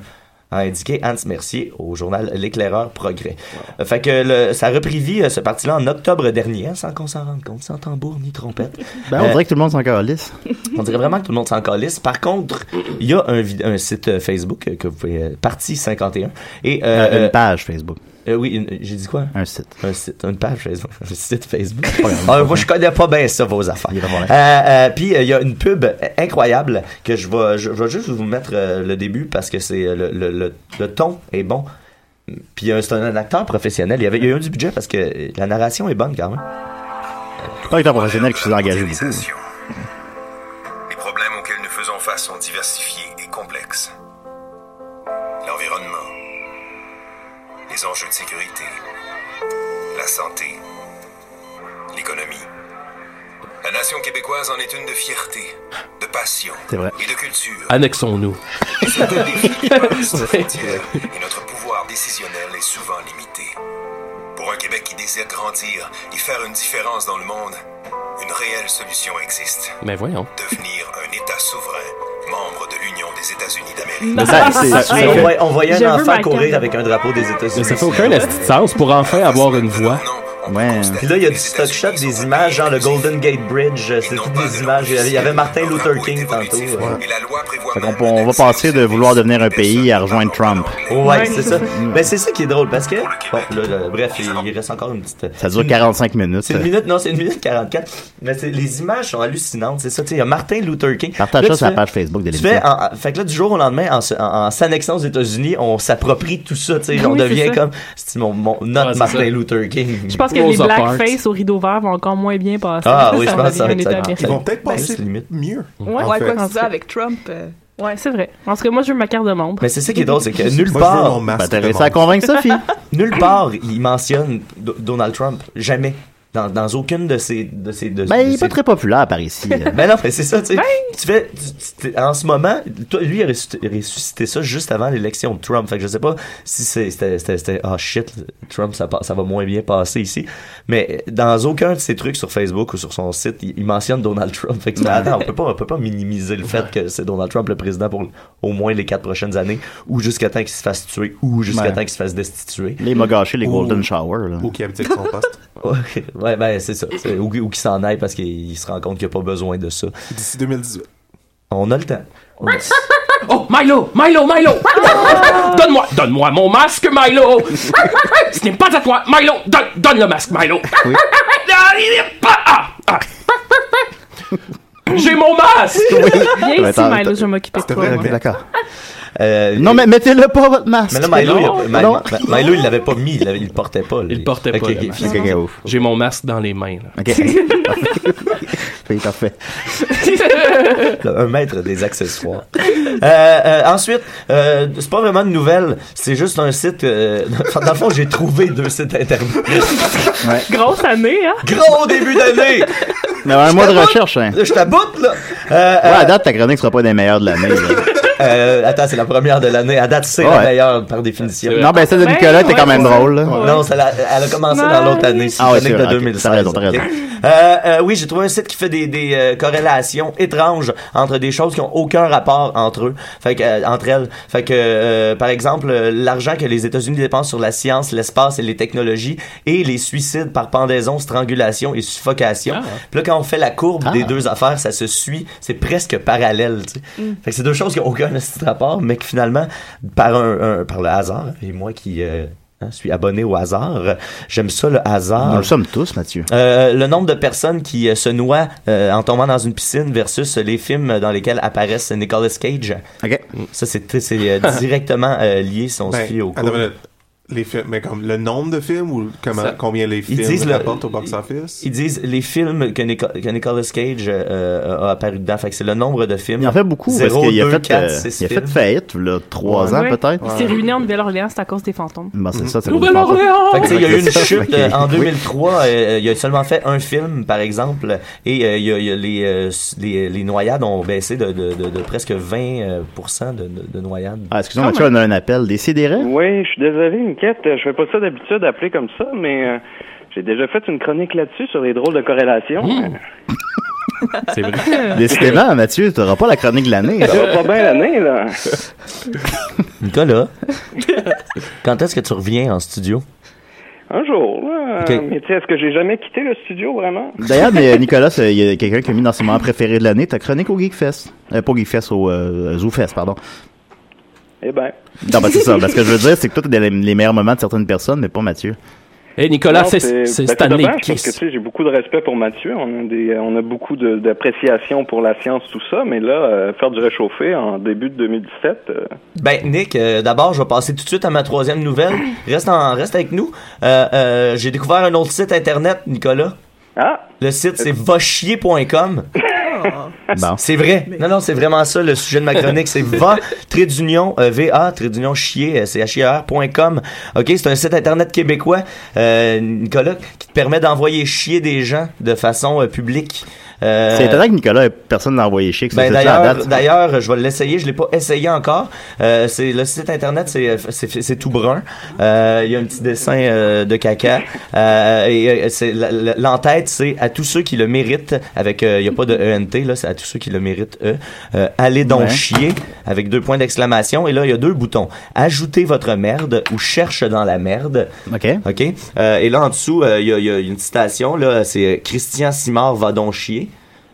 Speaker 6: a indiqué Hans Mercier au journal L'Éclaireur Progrès. Euh, Fait que le- ça a repris vie, euh, ce parti-là, en octobre dernier, hein, sans qu'on s'en rende compte, sans tambour ni trompette.
Speaker 5: Ben, on
Speaker 6: Euh,
Speaker 5: dirait que tout le monde s'en calisse.
Speaker 6: on dirait vraiment que tout le monde s'en calisse. Par contre, il y a un, vid- un site euh, Facebook euh, que vous pouvez... euh, Parti 51. Et, euh,
Speaker 5: Euh,
Speaker 6: euh,
Speaker 5: une page Facebook.
Speaker 6: euh, oui, une- j'ai dit quoi?
Speaker 5: Un site.
Speaker 6: Un site, une page Facebook. Un site Facebook. Ah, moi, je connais pas bien ça, vos affaires. Euh, euh, Puis, euh, il y a une pub euh, incroyable que je vais, je, je vais juste vous mettre euh, le début parce que c'est euh, le, le, le, le ton est bon. Puis, euh, c'est un, un acteur professionnel. Il y avait il y a eu du budget parce que euh, la narration est bonne quand même.
Speaker 5: Pas un acteur professionnel qui s'est engagé beaucoup.
Speaker 13: Les problèmes auxquels nous faisons face sont diversifiés et complexes. L'environnement, les enjeux de sécurité, la santé, l'économie, la civilisation québécoise en est une de fierté, de passion
Speaker 9: C'est vrai.
Speaker 13: et de culture.
Speaker 9: Annexons-nous.
Speaker 13: C'est un défi qui passe nos
Speaker 9: Ouais.
Speaker 13: frontières, et notre pouvoir décisionnel est souvent limité. Pour un Québec qui désire grandir et faire une différence dans le monde, une réelle solution existe.
Speaker 9: Mais voyons.
Speaker 13: Devenir un État souverain, membre de l'Union des États-Unis d'Amérique.
Speaker 9: Mais ça, c'est-
Speaker 6: Ah,
Speaker 9: c'est-
Speaker 6: on voy- on voyait
Speaker 13: Je
Speaker 6: un
Speaker 13: veux
Speaker 6: enfant
Speaker 13: ma
Speaker 6: courir
Speaker 13: canne.
Speaker 6: avec un drapeau des États-Unis.
Speaker 9: Mais ça fait aucun esti de sens pour enfin avoir une voix.
Speaker 5: Ouais.
Speaker 6: Puis là, il y a du stock shot, des images, genre le Golden Gate Bridge, euh, c'est toutes des images. Il y avait Martin Luther King tantôt. euh.
Speaker 5: Fait qu'on- on, va passer de vouloir devenir un pays à rejoindre Trump.
Speaker 6: Ouais, c'est ça. Mais c'est ça qui est drôle parce que. Bon, là, là, bref, il il reste encore une petite.
Speaker 5: Ça dure 45 minutes.
Speaker 6: C'est une minute, non, c'est une minute 44. Mais c'est- les images sont hallucinantes, c'est ça. Tu sais, il y a Martin Luther King.
Speaker 5: Partage
Speaker 6: Là,
Speaker 5: ça
Speaker 6: tu
Speaker 5: sur la
Speaker 6: fais-
Speaker 5: page Facebook de
Speaker 6: tu
Speaker 5: l'émission.
Speaker 6: fais, en- en- fait que là, du jour au lendemain, en, se- en- en s'annexant aux États-Unis, on s'approprie tout ça, tu sais,
Speaker 8: Oui,
Speaker 6: on
Speaker 8: c'est
Speaker 6: devient
Speaker 8: ça.
Speaker 6: comme, c'est mon, mon- notre
Speaker 8: c'est
Speaker 6: Martin
Speaker 8: ça.
Speaker 6: Luther King.
Speaker 8: Je pense que les blackface au rideau vert vont encore moins bien passer.
Speaker 6: Ah oui, je pense que ça va
Speaker 8: devient
Speaker 6: être
Speaker 8: un
Speaker 6: ça.
Speaker 8: État
Speaker 6: Ils vont
Speaker 8: américain.
Speaker 6: peut-être
Speaker 8: Ben,
Speaker 6: passer limite mieux.
Speaker 8: Ouais,
Speaker 6: en
Speaker 8: ouais
Speaker 6: fait.
Speaker 8: quoi que tu dis avec Trump. euh, Ouais, c'est vrai. En tout cas, moi, je veux ma carte de membre.
Speaker 6: Mais c'est ça qui est drôle, c'est que nulle
Speaker 8: Moi, je veux
Speaker 6: part.
Speaker 8: mon masque
Speaker 5: Ben, t'as de réussi à membre. convaincre Sophie.
Speaker 6: nulle part, il mentionne Do- Donald Trump. Jamais. Dans, dans aucune de ses. De ses de,
Speaker 5: Ben,
Speaker 6: de
Speaker 5: il est
Speaker 6: ses-
Speaker 5: pas très populaire par ici.
Speaker 6: Ben non, mais c'est ça, tu sais. Tu fais. tu- tu- en ce moment, toi, lui, il a ressuscité, ressuscité ça juste avant l'élection de Trump. Fait que je sais pas si c'est- c'était. c'était- c'était, Ah shit, Trump, ça, pa- ça va moins bien passer ici. Mais dans aucun de ses trucs sur Facebook ou sur son site, il, il mentionne Donald Trump. Fait que tu fais, attends, on peut pas, on peut pas minimiser le fait que c'est Donald Trump le président pour au moins les quatre prochaines années ou jusqu'à temps qu'il se fasse tuer ou jusqu'à
Speaker 5: Ouais.
Speaker 6: temps qu'il se fasse destituer.
Speaker 5: Les m'a gâché les Golden Shower. Là.
Speaker 6: qui abdique son poste. ouais, ben c'est ça. C'est- Ou, ou qui s'en aille parce qu'il se rend compte qu'il n'y a pas besoin de ça. D'ici 2018. On a le temps.
Speaker 9: Oh, Milo, Milo, Milo! Donne-moi, donne-moi mon masque, Milo! Ce n'est pas à toi, Milo! Donne, donne le masque, Milo! Ah, il est pas- ah, ah. J'ai mon masque!
Speaker 8: Ah, Viens ici,
Speaker 5: Ah,
Speaker 8: Milo, je vais m'occuper de toi. moi.
Speaker 5: D'accord. non, mais mettez-le pas, votre masque.
Speaker 6: Euh, Mais là, Milo, il, a-
Speaker 5: Non.
Speaker 6: Ma-
Speaker 5: Non.
Speaker 6: Ma- Ma- Milo, il l'avait pas mis, il, l'avait- il le portait pas. Il le
Speaker 9: portait pas, le masque. J'ai mon masque dans les mains. là.
Speaker 5: Oui, parfait.
Speaker 6: Le- un maître des accessoires. Euh, euh, ensuite, euh, c'est pas vraiment une nouvelle, c'est juste un site. euh, dans le fond, j'ai trouvé deux sites internet.
Speaker 8: Grosse année, hein?
Speaker 6: Gros début d'année!
Speaker 5: Mais un mois de recherche, hein.
Speaker 6: Je t'aboute, là! Euh,
Speaker 5: Ouais, à date, ta chronique sera pas des meilleures de l'année. là.
Speaker 6: Euh, attends, c'est la première de l'année. À date, c'est
Speaker 5: Ouais.
Speaker 6: la meilleure par définition.
Speaker 5: Non, ben celle de Nicolas était quand même drôle. là.
Speaker 6: Non, c'est la- elle a commencé dans l'autre année. C'est
Speaker 5: Ah ouais,
Speaker 6: l'année
Speaker 5: c'est
Speaker 6: de
Speaker 5: vrai, ok.
Speaker 6: 2016.
Speaker 5: T'as raison, t'as raison.
Speaker 6: ok? Euh, euh, oui, j'ai trouvé un site qui fait des, des euh, corrélations étranges entre des choses qui ont aucun rapport entre eux, fait que, euh, entre elles. Fait que, euh, par exemple, euh, l'argent que les États-Unis dépensent sur la science, l'espace et les technologies et les suicides par pendaison, strangulation et suffocation. Puis là, quand on fait la courbe
Speaker 5: Ah.
Speaker 6: des deux affaires, ça se suit. C'est presque parallèle. tu sais.
Speaker 7: Mm.
Speaker 6: Fait que c'est deux choses qui n'ont aucun esti de rapport, mais que finalement, par un, un- par le hasard, et moi qui euh, hein, suis abonné au hasard, j'aime ça le hasard.
Speaker 5: Nous le sommes tous, Mathieu.
Speaker 6: Euh, le nombre de personnes qui euh, se noient euh, en tombant dans une piscine versus les films dans lesquels apparaissent Nicolas Cage. Ça, c'est c'est, euh, directement euh, lié si on se
Speaker 11: Ben,
Speaker 6: fie au
Speaker 11: attends
Speaker 6: cours.
Speaker 11: une minute. Les films, mais comme le nombre de films ou comment,
Speaker 6: Ça-
Speaker 11: combien les films
Speaker 6: disent le-
Speaker 11: rapportent au box-office?
Speaker 6: Ils disent les films que, Nico- que Nicolas Cage euh, euh, a apparu dedans. Fait que c'est le nombre de films.
Speaker 5: Il en fait beaucoup parce
Speaker 6: 0,
Speaker 5: qu'il a,
Speaker 6: 2,
Speaker 5: fait,
Speaker 6: 4,
Speaker 5: euh,
Speaker 6: 6
Speaker 5: il a fait
Speaker 6: films.
Speaker 5: faillite, là, trois ans
Speaker 8: Ouais.
Speaker 5: peut-être.
Speaker 8: Il s'est ruiné en Nouvelle-Orléans, c'est à cause des fantômes. Mmh.
Speaker 5: Ben, c'est ça, c'est
Speaker 8: Nouvelle-Orléans!
Speaker 6: Mm. Fait que, tu sais, il y a eu une
Speaker 5: Ok.
Speaker 6: chute euh, en
Speaker 5: Oui.
Speaker 6: 2003. euh, il a seulement fait un film, par exemple, et euh, il y a, il y a les, euh, les, les noyades ont baissé de, de, de, de presque 20% euh, pour cent de, de, de noyades.
Speaker 5: Ah, excuse-moi, Mathieu, on a un appel. Décidérez.
Speaker 3: Hein? Oui, je suis désolé, Niquette. Je fais pas ça d'habitude, appeler comme ça, mais euh, j'ai déjà fait une chronique là-dessus sur les drôles de corrélations.
Speaker 9: C'est vrai.
Speaker 5: Décidément, Mathieu, t'auras pas la chronique de l'année.
Speaker 3: Ça va pas bien l'année, là.
Speaker 6: Nicolas, quand est-ce que tu reviens en studio?
Speaker 3: Un jour, là.
Speaker 6: Ok.
Speaker 3: Mais tu sais, est-ce que j'ai jamais quitté le studio, vraiment?
Speaker 5: D'ailleurs, mais, euh, Nicolas, euh, il y a quelqu'un qui a mis dans ses moments préférés de l'année ta chronique au Geekfest. Euh, pas au Geekfest, au euh, ZooFest, pardon.
Speaker 3: Eh ben.
Speaker 5: Non, ben c'est ça. Parce que je veux dire, c'est que toi, t'as les, les meilleurs moments de certaines personnes, mais pas Mathieu.
Speaker 6: Euh,
Speaker 5: Eh,
Speaker 9: Hé,
Speaker 3: Non, ben, dommage, parce que tu sais, j'ai beaucoup de respect pour Mathieu. On a des, on a beaucoup de- d'appréciation pour la science, tout ça, mais là, euh, faire du réchauffé en début de 2017. euh,
Speaker 6: Ben, Nick, euh, d'abord, je vais passer tout de suite à ma troisième nouvelle. Reste, en, reste avec nous. Euh, euh, J'ai découvert un autre site internet, Nicolas.
Speaker 3: Ah?
Speaker 6: Le site, c'est vachier.com.
Speaker 5: Bon.
Speaker 6: C'est vrai. Non, non, c'est vraiment ça le sujet de ma chronique. C'est va, trait d'union, euh, va, trait d'union chier, euh, c'est h-i-r.com. OK, c'est un site internet québécois, euh, Nicolas, qui te permet d'envoyer chier des gens de façon euh, publique. Euh,
Speaker 5: C'est étonnant que Nicolas, personne n'a envoyé chic.
Speaker 6: ben,
Speaker 5: c'est ça, à
Speaker 6: d'ailleurs,
Speaker 5: date.
Speaker 6: d'ailleurs, je vais l'essayer. Je l'ai pas essayé encore. Euh, c'est le site internet, c'est c'est c'est tout brun. Euh, Il y a un petit dessin euh, de caca. Euh, et euh, c'est la- la- l'entête, c'est à tous ceux qui le méritent. Avec, euh, il y a pas de ENT là, c'est à tous ceux qui le méritent. E. Euh, allez donc
Speaker 5: Ouais.
Speaker 6: chier avec deux points d'exclamation. Et là, il y a deux boutons. Ajoutez votre merde ou cherche dans la merde.
Speaker 5: Ok.
Speaker 6: Ok. Euh, et là en dessous, euh, il y, a- il y a une citation. Là, c'est euh, Christian Simard va donc chier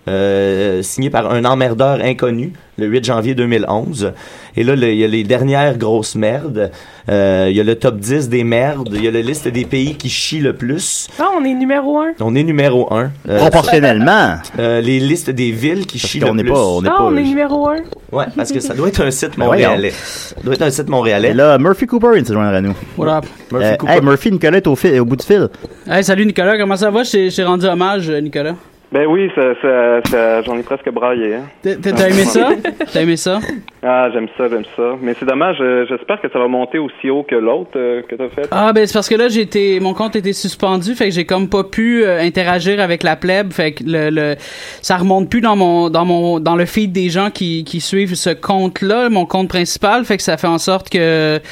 Speaker 6: euh, signé par un emmerdeur inconnu le 8 janvier 2011. Et là, le- il y a les dernières grosses merdes. Euh, Il y a le top 10 des merdes. Il y a la liste des pays qui chient le plus.
Speaker 8: Ah, on est numéro un.
Speaker 6: On est numéro 1.
Speaker 5: Proportionnellement.
Speaker 6: les listes des villes qui chient
Speaker 5: qu'on
Speaker 6: le
Speaker 5: est
Speaker 6: plus.
Speaker 5: pas- on
Speaker 8: Ah, on est numéro un.
Speaker 6: Ouais, parce que ça doit être un site
Speaker 5: Ben voyons.
Speaker 6: montréalais. Ça doit être un site montréalais.
Speaker 5: Et là, Murphy Cooper vient de se joindre à nous.
Speaker 14: What up?
Speaker 5: Murphy Euh, Hey, Murphy, Nicolas est au, fil- au bout du fil.
Speaker 14: Hey, salut Nicolas, comment ça va? J'ai j'ai rendu hommage, euh, Nicolas.
Speaker 3: Ben oui, ça, ça, ça- j'en ai presque braillé. hein.
Speaker 14: T'as- T'as t'as aimé ça? T'as aimé ça?
Speaker 3: Ah, j'aime ça, j'aime ça. Mais c'est dommage, euh, j'espère que ça va monter aussi haut que l'autre euh, que t'as fait.
Speaker 14: Ah ben c'est parce que là j'ai été mon compte était suspendu fait que j'ai comme pas pu euh, interagir avec la plèbe fait que le, le ça remonte plus dans mon dans mon dans le feed des gens qui, qui suivent ce compte là mon compte principal fait que ça fait en sorte que tu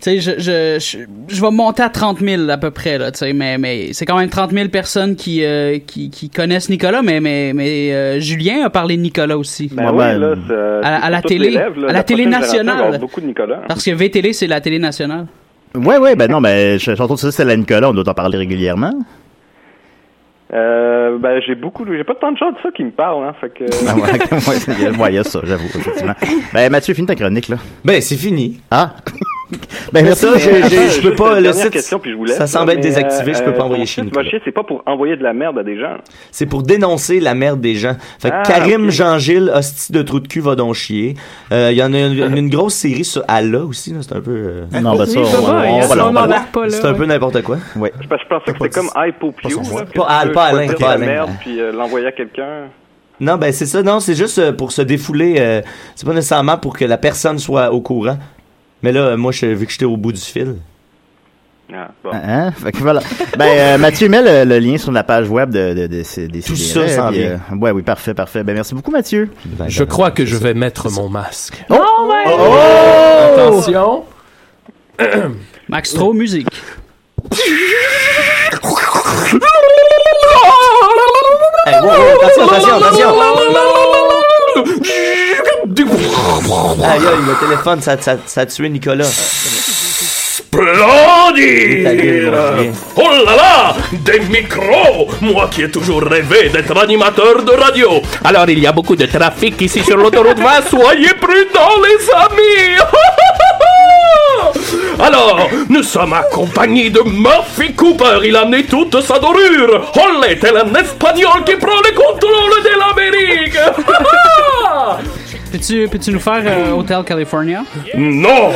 Speaker 14: sais je, je je je vais monter à 30 000 à peu près là tu sais mais mais c'est quand même 30 000 personnes qui euh, qui, qui connaissent Nicolas mais mais mais euh, Julien a parlé de Nicolas aussi
Speaker 3: Ben oui, là, c'est-
Speaker 14: à, à la
Speaker 3: toutes
Speaker 14: télé
Speaker 3: les lèvres, là,
Speaker 14: à la, télé
Speaker 3: prochaine génération va avoir
Speaker 14: nationale
Speaker 3: beaucoup de Nicolas.
Speaker 14: parce que VTL c'est la télé nationale
Speaker 5: Ouais, ouais, ben non, ben, je, je retourne sur ça, c'est la Nicolas, on doit en parler régulièrement.
Speaker 3: Euh, ben j'ai beaucoup, j'ai pas tant de gens de ça qui me parlent, hein, fait que.
Speaker 6: Ben
Speaker 5: Ah, ouais, ok, ouais, il y a- ouais, il y a ça, j'avoue, effectivement. Ben, Mathieu, finis ta chronique, là.
Speaker 6: Ben, c'est fini.
Speaker 5: Ah!
Speaker 6: Mais
Speaker 5: ben, merci.
Speaker 6: ça, j'ai- j'ai- je
Speaker 3: juste
Speaker 6: peux
Speaker 3: une
Speaker 6: pas, le
Speaker 3: dernière
Speaker 6: site,
Speaker 3: question, puis je vous laisse,
Speaker 6: ça semble
Speaker 3: là,
Speaker 6: être
Speaker 3: mais,
Speaker 6: désactivé, je peux
Speaker 3: euh,
Speaker 6: pas envoyer
Speaker 3: ton
Speaker 6: chez
Speaker 3: site
Speaker 6: Nicolas.
Speaker 3: va chier, C'est pas pour envoyer de la merde à des gens.
Speaker 6: C'est pour dénoncer la merde des gens. Fait que
Speaker 3: Ah,
Speaker 6: Karim Jean-Gilles, hostie de trou de cul, va donc chier. Euh, Il y en a une, une grosse série sur Allah aussi, là, c'est un peu... euh,
Speaker 5: Non, ben, ça,
Speaker 6: Oui,
Speaker 5: on-
Speaker 6: ça va,
Speaker 5: on-
Speaker 6: il y a
Speaker 5: on va
Speaker 6: ça,
Speaker 5: leur
Speaker 6: on
Speaker 5: parler.
Speaker 6: embarque pas, là, C'est un ouais. peu n'importe quoi.
Speaker 5: Ouais.
Speaker 3: Je, je pensais que c'était comme hype au Pew, là, que tu
Speaker 6: Pas Al,
Speaker 3: peux
Speaker 6: pas Alain,
Speaker 3: choisir
Speaker 6: pas
Speaker 3: la
Speaker 6: Alain.
Speaker 3: merde, puis euh, l'envoyer à quelqu'un.
Speaker 6: Non, ben c'est ça, non, c'est juste euh, pour se défouler. euh, c'est pas nécessairement pour que la personne soit au courant. Mais là, euh, moi, je, vu que j'étais au bout du fil...
Speaker 5: Hein? Fait que voilà. Ben, euh, Mathieu, mets le, le lien sur la page web de, de, de, de- des Tout
Speaker 9: ça s'en vient.
Speaker 5: ouais, oui, parfait, parfait. Ben, merci beaucoup, Mathieu.
Speaker 9: Je crois que je vais mettre mon masque.
Speaker 5: Oh,
Speaker 9: Oh. Attention.
Speaker 14: Max Tro musique
Speaker 6: Hey, wow, wow, attention, attention, attention! Aïe, aïe, le téléphone, ça, ça, ça a tué Nicolas.
Speaker 7: Splendide Oh là là Des micros Moi qui ai toujours rêvé d'être animateur de radio
Speaker 9: Alors, il y a beaucoup de trafic ici sur l'autoroute 20. Soyez prudents, les
Speaker 7: amis Alors, nous sommes accompagnés de Murphy Cooper. Il a amené toute sa dorure. Olé, tel un Espagnol qui prend le contrôle de l'Amérique.
Speaker 14: Peux-tu, peux-tu nous faire euh, Hotel California?
Speaker 7: non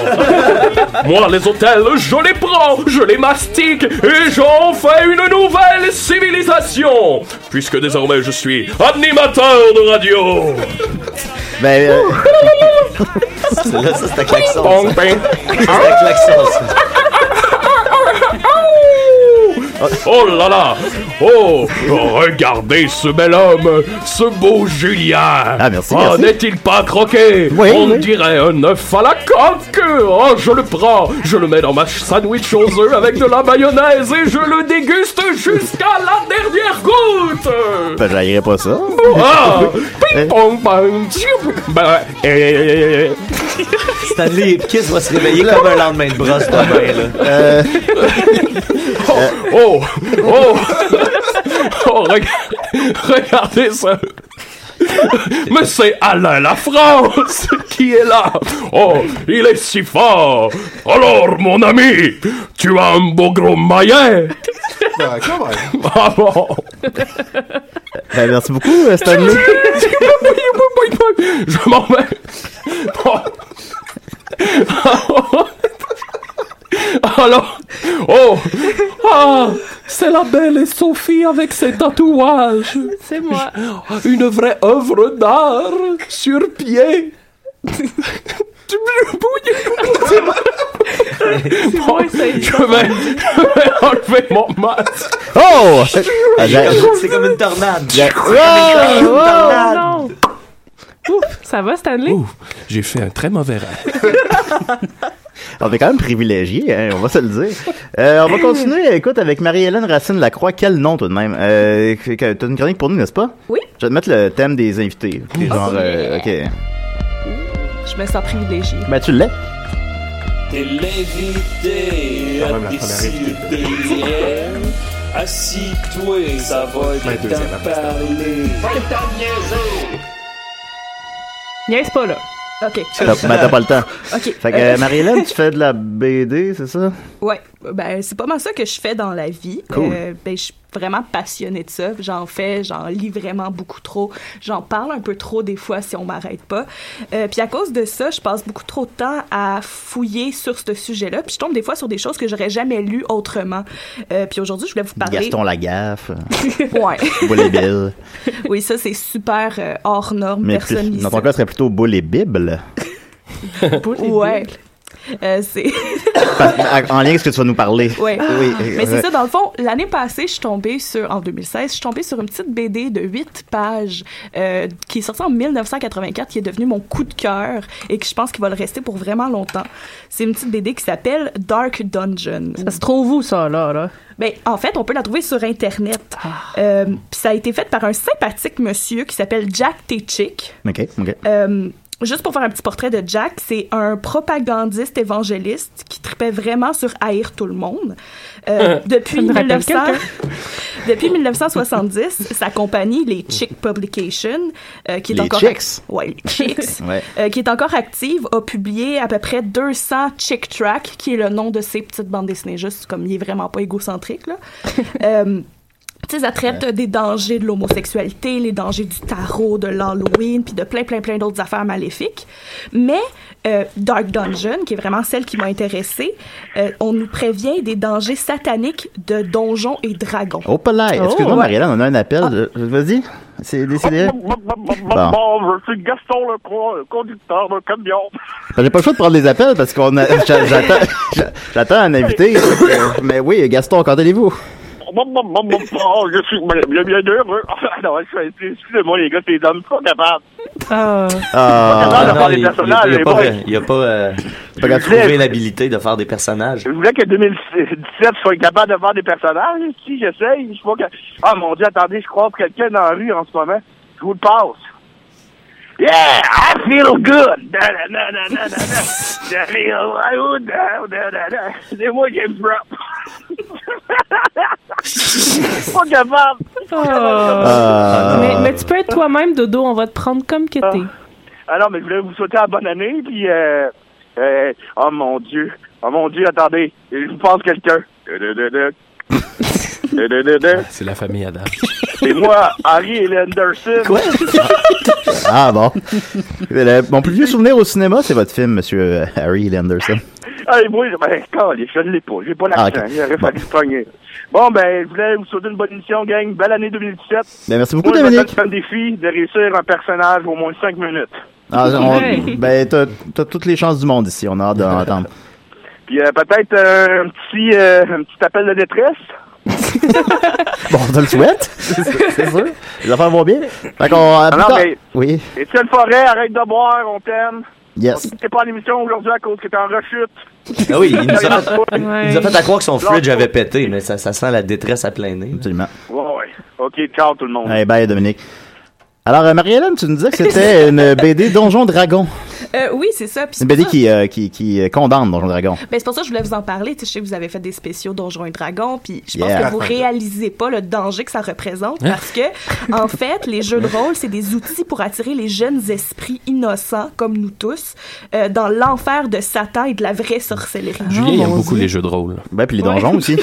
Speaker 7: Moi, les hôtels, je les prends, je les mastique et j'en fais une nouvelle civilisation. Puisque désormais, je suis animateur de radio.
Speaker 5: Ben, euh,
Speaker 6: Là, ça, c'était klaxon.
Speaker 7: Bon,
Speaker 6: ça.
Speaker 7: ben.
Speaker 6: C'était klaxon, ça.
Speaker 7: Oh là là Oh Regardez ce bel homme Ce beau Julien
Speaker 5: Ah, merci,
Speaker 7: Oh,
Speaker 5: merci.
Speaker 7: n'est-il pas croqué
Speaker 5: Oui,
Speaker 7: On
Speaker 5: oui.
Speaker 7: dirait un œuf à la coque Oh, je le prends Je le mets dans ma sandwich aux œufs avec de la mayonnaise et je le déguste jusqu'à la dernière goutte
Speaker 5: ben, j'haïrais pas ça.
Speaker 7: Ah Ping-pong, bang, tchou. Ben, eh,
Speaker 6: Stanley Hipkiss va se réveiller comme un lendemain de brosse demain, là.
Speaker 7: Oh Oh Oh, rega- regardez ça Mais c'est Alain la France qui est là Oh, il est si fort Alors, mon ami, tu as un beau gros maillet
Speaker 14: Bah,
Speaker 7: Ah bon
Speaker 5: Ben, merci beaucoup, euh, Stanley.
Speaker 7: Je m'en vais Oh. Alors, oh,
Speaker 9: Ah, c'est la belle Sophie avec ses tatouages.
Speaker 8: C'est moi.
Speaker 6: Oh,
Speaker 9: Une vraie œuvre d'art sur pied. Bon, je vais enlever mon masque.
Speaker 5: Oh! Ah, j'ai-
Speaker 6: C'est comme une tornade.
Speaker 5: j'ai-
Speaker 8: Oh,
Speaker 5: Wow!
Speaker 8: non. Ouf, ça va Stanley?
Speaker 9: J'ai fait un très mauvais rêve.
Speaker 5: On est quand même privilégié, hein, on va se le dire. Euh, on va continuer, écoute, avec Marie-Hélène Racine Lacroix. Quel nom tout de même? Euh, que- que- T'as une chronique pour nous, n'est-ce pas?
Speaker 10: Oui.
Speaker 5: Je vais te mettre le thème des invités.
Speaker 10: Ouh.
Speaker 5: Genre, euh, ok.
Speaker 10: Je me sens privilégiée.
Speaker 5: Ben tu l'es.
Speaker 7: T'es l'invité
Speaker 5: Quand même
Speaker 7: à
Speaker 5: la première
Speaker 7: décider. Assis-toi, ça va
Speaker 15: Ouais,
Speaker 7: être
Speaker 15: deuxième
Speaker 5: hein,
Speaker 7: t'en
Speaker 15: après ça.
Speaker 7: parler.
Speaker 8: Niaise pas là.
Speaker 10: OK.
Speaker 5: T'as ben, t'as pas le temps.
Speaker 10: OK.
Speaker 5: Fait que, euh, Marie-Hélène, tu fais de la BD, c'est ça?
Speaker 10: Ouais, ben c'est pas mal ça que je fais dans la vie.
Speaker 5: Cool.
Speaker 10: Euh, ben je suis vraiment passionnée de ça. J'en fais, j'en lis vraiment beaucoup trop. J'en parle un peu trop des fois si on m'arrête pas. Euh, puis à cause de ça, je passe beaucoup trop de temps à fouiller sur ce sujet-là. Puis je tombe des fois sur des choses que j'aurais jamais lues autrement. Euh, puis aujourd'hui, je voulais vous parler.
Speaker 5: Gaston Lagaffe,
Speaker 10: ouais.
Speaker 5: Boule et Bill.
Speaker 10: oui, ça c'est super euh, hors norme.
Speaker 5: Mais plus-
Speaker 10: personne n'y
Speaker 5: dans ton cas, ce serait plutôt Boule et Bible.
Speaker 10: Ouais. Euh, c'est
Speaker 5: Parce- à- en lien avec ce que tu vas nous parler.
Speaker 10: Ouais.
Speaker 5: Oui.
Speaker 10: Ah! Mais c'est
Speaker 5: euh,
Speaker 10: ça, dans le fond, l'année passée, je suis tombée sur, en 2016, je suis tombée sur une petite BD de 8 pages euh, qui est sortie en 1984, qui est devenue mon coup de cœur et que je pense qu'il va le rester pour vraiment longtemps. C'est une petite BD qui s'appelle Dark Dungeon.
Speaker 8: Ça se trouve où, ça, là? là? Ah!
Speaker 10: Ben, en fait, on peut la trouver sur Internet. Euh, puis ça a été fait par un sympathique monsieur qui s'appelle Jack Techik.
Speaker 5: Ok, ok.
Speaker 10: Euh, juste pour faire un petit portrait de Jack, c'est un propagandiste évangéliste qui tripait vraiment sur haïr tout le monde. Euh, depuis,
Speaker 8: Ça me rappelle
Speaker 10: 1900 depuis 1970, sa compagnie, les Chick Publications, euh, qui est
Speaker 5: Les
Speaker 10: encore...
Speaker 5: Chicks?
Speaker 10: Ouais, les Chicks.
Speaker 5: Ouais.
Speaker 10: euh, qui est encore active, a publié à peu près 200 Chick Tracks, qui est le nom de ses petites bandes dessinées, juste comme il est vraiment pas égocentrique, là. Euh, tu sais, ça traite euh, des dangers de l'homosexualité, les dangers du tarot, de l'Halloween, puis de plein, plein, plein d'autres affaires maléfiques. Mais euh, Dark Dungeon, qui est vraiment celle qui m'a intéressée, euh, on nous prévient des dangers sataniques de donjons et dragons.
Speaker 5: Oh, palais. Excuse-moi,
Speaker 10: Ouais. Ah.
Speaker 5: Marie-Hélène, on a un appel. Je- Vas-y. C'est décidé. Bon.
Speaker 16: Bon, je suis Gaston le co- conducteur de camion.
Speaker 5: Ben, J'ai pas le choix de prendre les appels parce qu'on a. j'a- J'attends j'a- j'attends un invité. Mais oui, Gaston, quand allez-vous?
Speaker 16: Bon, bon, bon, bon, bon, Je suis bien, bien, bien heureux. Ah, non, je suis- Excusez-moi, les gars, c'est les hommes sont capables.
Speaker 6: Ah,
Speaker 16: de
Speaker 6: non,
Speaker 16: faire des
Speaker 6: il- il-
Speaker 16: personnages,
Speaker 6: il y a
Speaker 16: les
Speaker 6: pas-
Speaker 16: boys.
Speaker 6: Il n'y a pas, euh,
Speaker 5: pas grave.
Speaker 6: trouvé l'habilité de faire des personnages.
Speaker 16: Je voulais que 2017 soit capable de faire des personnages. Si j'essaye, je vois que. Ah mon dieu, attendez, je croise quelqu'un dans la rue en ce moment. Je vous le passe. Yeah, I feel good. Da, da, da, da, da, da, da. I feel oh, I would, da, da, da, da. C'est moi qui me frappe. Je suis pas capable.
Speaker 5: Ah.
Speaker 8: Mais, mais tu peux être toi-même, Dodo. On va te prendre comme que t'es.
Speaker 16: Ah non, mais je voulais vous souhaiter la bonne année, puis euh, euh, oh mon Dieu, oh mon Dieu, attendez, je vous pense quelqu'un. Da-da-da-da. Da-da-da-da.
Speaker 9: C'est la famille Adam.
Speaker 16: C'est moi, Harry et Lenderson. Quoi?
Speaker 5: Ah bon. Euh, Le- mon plus vieux souvenir au cinéma, c'est votre film, Monsieur euh, Harry Lenderson.
Speaker 16: Allez, moi, ben, calé, je ne l'ai pas. J'ai pas
Speaker 5: Ah,
Speaker 16: l'accent.
Speaker 5: ok.
Speaker 16: Il aurait fallu se pogner. Bon, ben, je voulais vous souhaiter une bonne émission, gang. Belle année 2017.
Speaker 5: Ben, merci beaucoup,
Speaker 16: moi, je me
Speaker 5: Dominique.
Speaker 16: donne un défi de réussir un personnage au moins 5 minutes.
Speaker 5: Ah, on-
Speaker 16: Ouais.
Speaker 5: ben, t'as t'as toutes les chances du monde ici. On a hâte d'entendre.
Speaker 16: Puis euh, peut-être euh, un petit euh, un petit appel de détresse.
Speaker 5: Bon, on te le souhaite. C'est c'est sûr. Les affaires vont bien. Fait qu'on. à
Speaker 16: Ah
Speaker 5: plus
Speaker 16: non,
Speaker 5: tard.
Speaker 16: mais-
Speaker 5: Oui.
Speaker 16: Étienne Forêt, arrête de boire, on t'aime.
Speaker 5: Yes.
Speaker 16: T'es pas en émission aujourd'hui à cause que t'es en rechute.
Speaker 6: Ah oui, il nous, a fait,
Speaker 16: Ouais.
Speaker 6: il nous a fait à croire que son fridge avait pété, mais ça, ça sent la détresse à plein nez.
Speaker 5: Absolument.
Speaker 16: Ouais, ouais. OK, ciao tout le monde.
Speaker 5: Hey, bye, Dominique. Alors, euh, Marie-Hélène, tu nous disais que c'était une BD Donjon Dragon.
Speaker 10: Euh, oui, c'est ça. Puis c'est
Speaker 5: Une BD
Speaker 10: pour ça-
Speaker 5: qui, euh, qui, qui euh, condamne Donjon Dragon.
Speaker 10: Ben, c'est pour ça que je voulais vous en parler. Tu sais, je sais que vous avez fait des spéciaux Donjons et Dragons, puis je pense
Speaker 5: Yeah.
Speaker 10: que vous réalisez pas le danger que ça représente
Speaker 5: Hein?
Speaker 10: parce que, en fait, les jeux de rôle, c'est des outils pour attirer les jeunes esprits innocents, comme nous tous, euh, dans l'enfer de Satan et de la vraie sorcellerie.
Speaker 9: Julien
Speaker 5: Ah,
Speaker 9: il aime beaucoup les jeux de rôle.
Speaker 5: Ben, puis les
Speaker 10: Ah, Ouais. donjons aussi.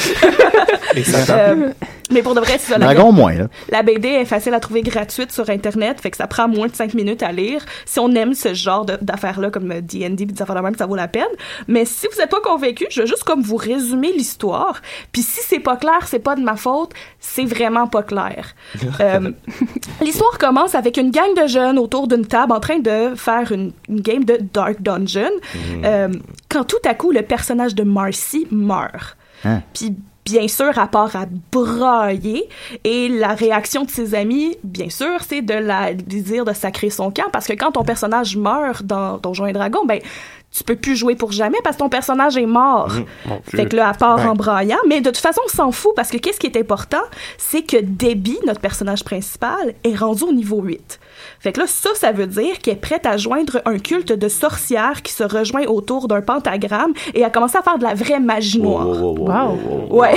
Speaker 10: Euh, mais pour de vrai, c'est ça. la-
Speaker 5: Dragon moins, là.
Speaker 10: La BD est facile à trouver gratuite sur Internet, fait que ça prend moins de 5 minutes à lire. Si on aime ce genre de- d'affaires-là, comme euh, D&D, puis des affaires de même, ça vaut la peine. Mais si vous n'êtes pas convaincu, je vais juste comme vous résumer l'histoire. Puis si c'est pas clair, c'est pas de ma faute, c'est vraiment pas clair. Euh, L'histoire commence avec une gang de jeunes autour d'une table en train de faire une, une game de Dark Dungeon. Euh, quand tout à coup, le personnage de Marcy meurt.
Speaker 5: Hein?
Speaker 10: Puis bien sûr, à part à brailler. Et la réaction de ses amis, bien sûr, c'est de la de dire de sacrer son camp parce que quand ton personnage meurt dans Donjons et Dragons, ben tu peux plus jouer pour jamais parce que ton personnage est mort.
Speaker 11: Mm-hmm.
Speaker 17: Mon Dieu. Ben.
Speaker 10: Fait que là, à part
Speaker 17: Ouais.
Speaker 10: en braillant, mais de toute façon, on s'en fout parce que qu'est-ce qui est important, c'est que Debbie, notre personnage principal, est rendu au niveau 8. Fait que là, ça, ça veut dire qu'elle est prête à joindre un culte de sorcières qui se rejoint autour d'un pentagramme et a commencé à faire de la vraie magie noire. Ouais.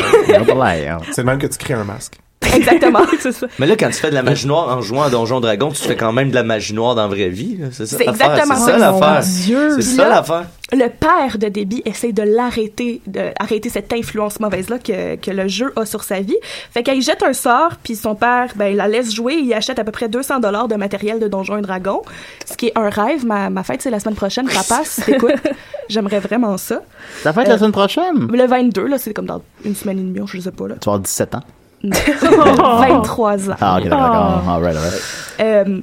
Speaker 11: C'est le même que tu crées un masque.
Speaker 10: Exactement, c'est ça.
Speaker 6: Mais là, quand tu fais de la magie noire en jouant à Donjon Dragon, tu fais quand même de la magie noire dans la vraie vie. là. C'est ça
Speaker 10: C'est
Speaker 6: l'affaire.
Speaker 10: exactement Oh,
Speaker 6: C'est ça l'affaire. C'est
Speaker 10: Puis
Speaker 6: ça
Speaker 10: là,
Speaker 6: l'affaire.
Speaker 10: Le père de Debbie essaie de l'arrêter, de arrêter cette influence mauvaise-là que, que le jeu a sur sa vie. Fait qu'elle jette un sort, puis son père, ben, il la laisse jouer, il achète à peu près 200 dollars de matériel de Donjons et Dragons, ce qui est un rêve. Ma, ma fête, c'est la semaine prochaine, papa, si t'écoutes, j'aimerais vraiment ça. Euh,
Speaker 5: Ta fête la semaine prochaine?
Speaker 10: Le 22, là, c'est comme dans une semaine et demie, je sais pas, là.
Speaker 5: Tu vas avoir 17 ans.
Speaker 10: Non. 23 ans.
Speaker 5: Ah, ok, d'accord, d'accord.
Speaker 10: Ah.
Speaker 5: All right, all right.
Speaker 10: Euh,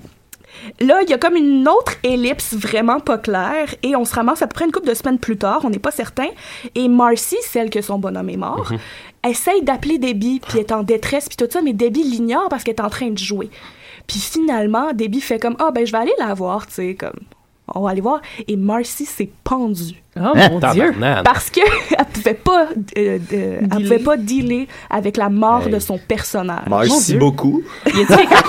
Speaker 10: Là, il y a comme une autre ellipse vraiment pas claire et on se ramasse à peu près une couple de semaines plus tard, on n'est pas certain. Et Marcy, celle que son bonhomme est mort,
Speaker 17: Mhm.
Speaker 10: essaye d'appeler Debbie puis est en détresse puis tout ça, mais Debbie l'ignore parce qu'elle est en train de jouer. Puis finalement, Debbie fait comme ah ben je vais aller la voir, tu sais comme on va aller voir et Marcy s'est pendue.
Speaker 17: Oh, mon Hein? Dieu. Tabarnak.
Speaker 10: Parce que elle pouvait pas euh, euh, elle pouvait pas dealer avec la mort de son personnage.
Speaker 6: Merci beaucoup.
Speaker 8: Y a-t-il quelqu'un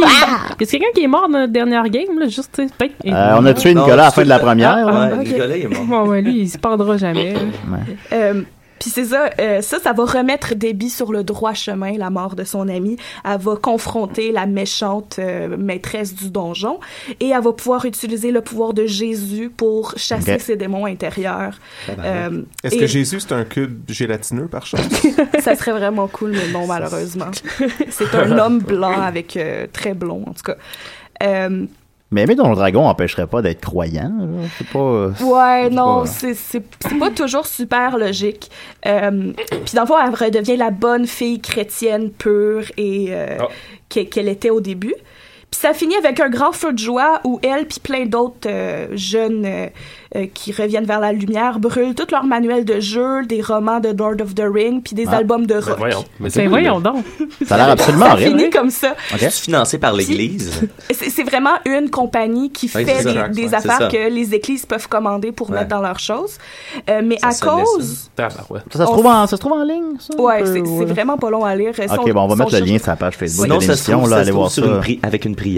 Speaker 8: qui, est... quelqu'un qui est mort dans notre dernière game, là? Juste, tu sais, peut-être.
Speaker 5: Euh, on a tué Nicolas à la fin de la première.
Speaker 8: Ah,
Speaker 5: là.
Speaker 8: ok. Bon, ouais, lui, il se pendra jamais.
Speaker 5: Ouais.
Speaker 10: Euh, puis c'est ça, euh, ça, ça va remettre Debbie sur le droit chemin, la mort de son amie. Elle va confronter la méchante euh, maîtresse du donjon et elle va pouvoir utiliser le pouvoir de Jésus pour chasser
Speaker 11: Ok.
Speaker 10: ses démons intérieurs. Euh,
Speaker 11: Est-ce
Speaker 10: et
Speaker 11: que Jésus, c'est un cube gélatineux par chance?
Speaker 10: ça serait vraiment cool, mais non, malheureusement. c'est un homme blanc avec euh, très blond, en tout cas. Euh,
Speaker 5: Mais aimer dans le dragon empêcherait pas d'être croyant. là. C'est pas. euh,
Speaker 10: Ouais,
Speaker 5: c'est
Speaker 10: non,
Speaker 5: pas-
Speaker 10: c'est c'est- c'est pas toujours super logique. Euh, Puis dans le fond, elle redevient la bonne fille chrétienne pure et euh,
Speaker 6: Ah.
Speaker 10: qu'e- qu'elle était au début. Puis ça finit avec un grand feu de joie où elle puis plein d'autres euh, jeunes euh, euh, qui reviennent vers la lumière brûlent tous leurs manuels de jeu, des romans de Lord of the Ring puis des
Speaker 6: Ah.
Speaker 10: albums de
Speaker 6: Ben
Speaker 10: rock.
Speaker 6: voyons. Mais c'est
Speaker 8: Ben
Speaker 6: cool,
Speaker 8: voyons
Speaker 6: mais-
Speaker 8: donc.
Speaker 5: Ça a l'air absolument
Speaker 10: ça
Speaker 5: horrible.
Speaker 10: finit comme ça. Ben,
Speaker 6: C'est financé par l'Église.
Speaker 10: C'est c'est vraiment une compagnie qui
Speaker 6: Oui,
Speaker 10: fait
Speaker 6: c'est
Speaker 10: des,
Speaker 6: ça.
Speaker 10: des
Speaker 6: Ouais, c'est ça.
Speaker 10: affaires que les églises peuvent commander pour
Speaker 6: Ouais.
Speaker 10: mettre dans leurs choses. Euh, mais à
Speaker 6: Ça laisse-
Speaker 10: cause
Speaker 6: Tabarouette.
Speaker 5: Ça se trouve en, ça se trouve en ligne, ça?
Speaker 10: Ouais,
Speaker 5: peut-
Speaker 10: c'est
Speaker 5: ouais.
Speaker 10: c'est vraiment pas long à lire.
Speaker 5: Ok, bon, on va mettre le lien sur la page Facebook
Speaker 6: Sinon,
Speaker 5: de
Speaker 6: ça se
Speaker 5: l'émission,
Speaker 6: trouve, ça
Speaker 5: là,
Speaker 6: se
Speaker 5: allez
Speaker 6: trouve
Speaker 5: voir
Speaker 6: sur
Speaker 5: ça.
Speaker 6: une pri- avec une prière.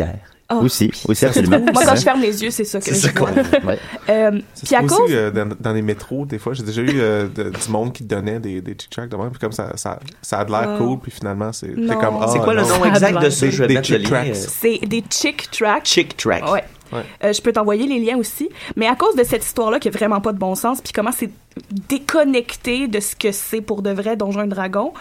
Speaker 10: Ah.
Speaker 5: Aussi, aussi, absolument.
Speaker 10: Moi, quand je ferme les yeux, c'est ça que
Speaker 11: C'est ça
Speaker 10: je vois.
Speaker 11: qu'on-
Speaker 10: Euh,
Speaker 11: Ça se
Speaker 10: Puis à
Speaker 11: trouve
Speaker 10: cause...
Speaker 11: aussi, euh, dans, dans les métros, des fois, j'ai déjà eu euh, de- du monde qui donnait des, des chick-chacks de même, puis comme ça, ça, ça a de l'air
Speaker 10: Ah.
Speaker 11: cool, puis finalement, c'est t'es
Speaker 10: Non.
Speaker 11: comme... ah,
Speaker 6: C'est quoi le
Speaker 11: non.
Speaker 6: nom exact de ça? Je vais
Speaker 11: Des
Speaker 6: mettre le lien. euh,
Speaker 11: chick-tracks.
Speaker 10: C'est des chick tracks.
Speaker 6: Chick track.
Speaker 10: Ouais. Euh, je peux t'envoyer les liens aussi. Mais à cause de cette histoire-là qui a vraiment pas de bon sens, puis comment c'est déconnecté de ce que c'est pour de vrai Donjons et Dragons,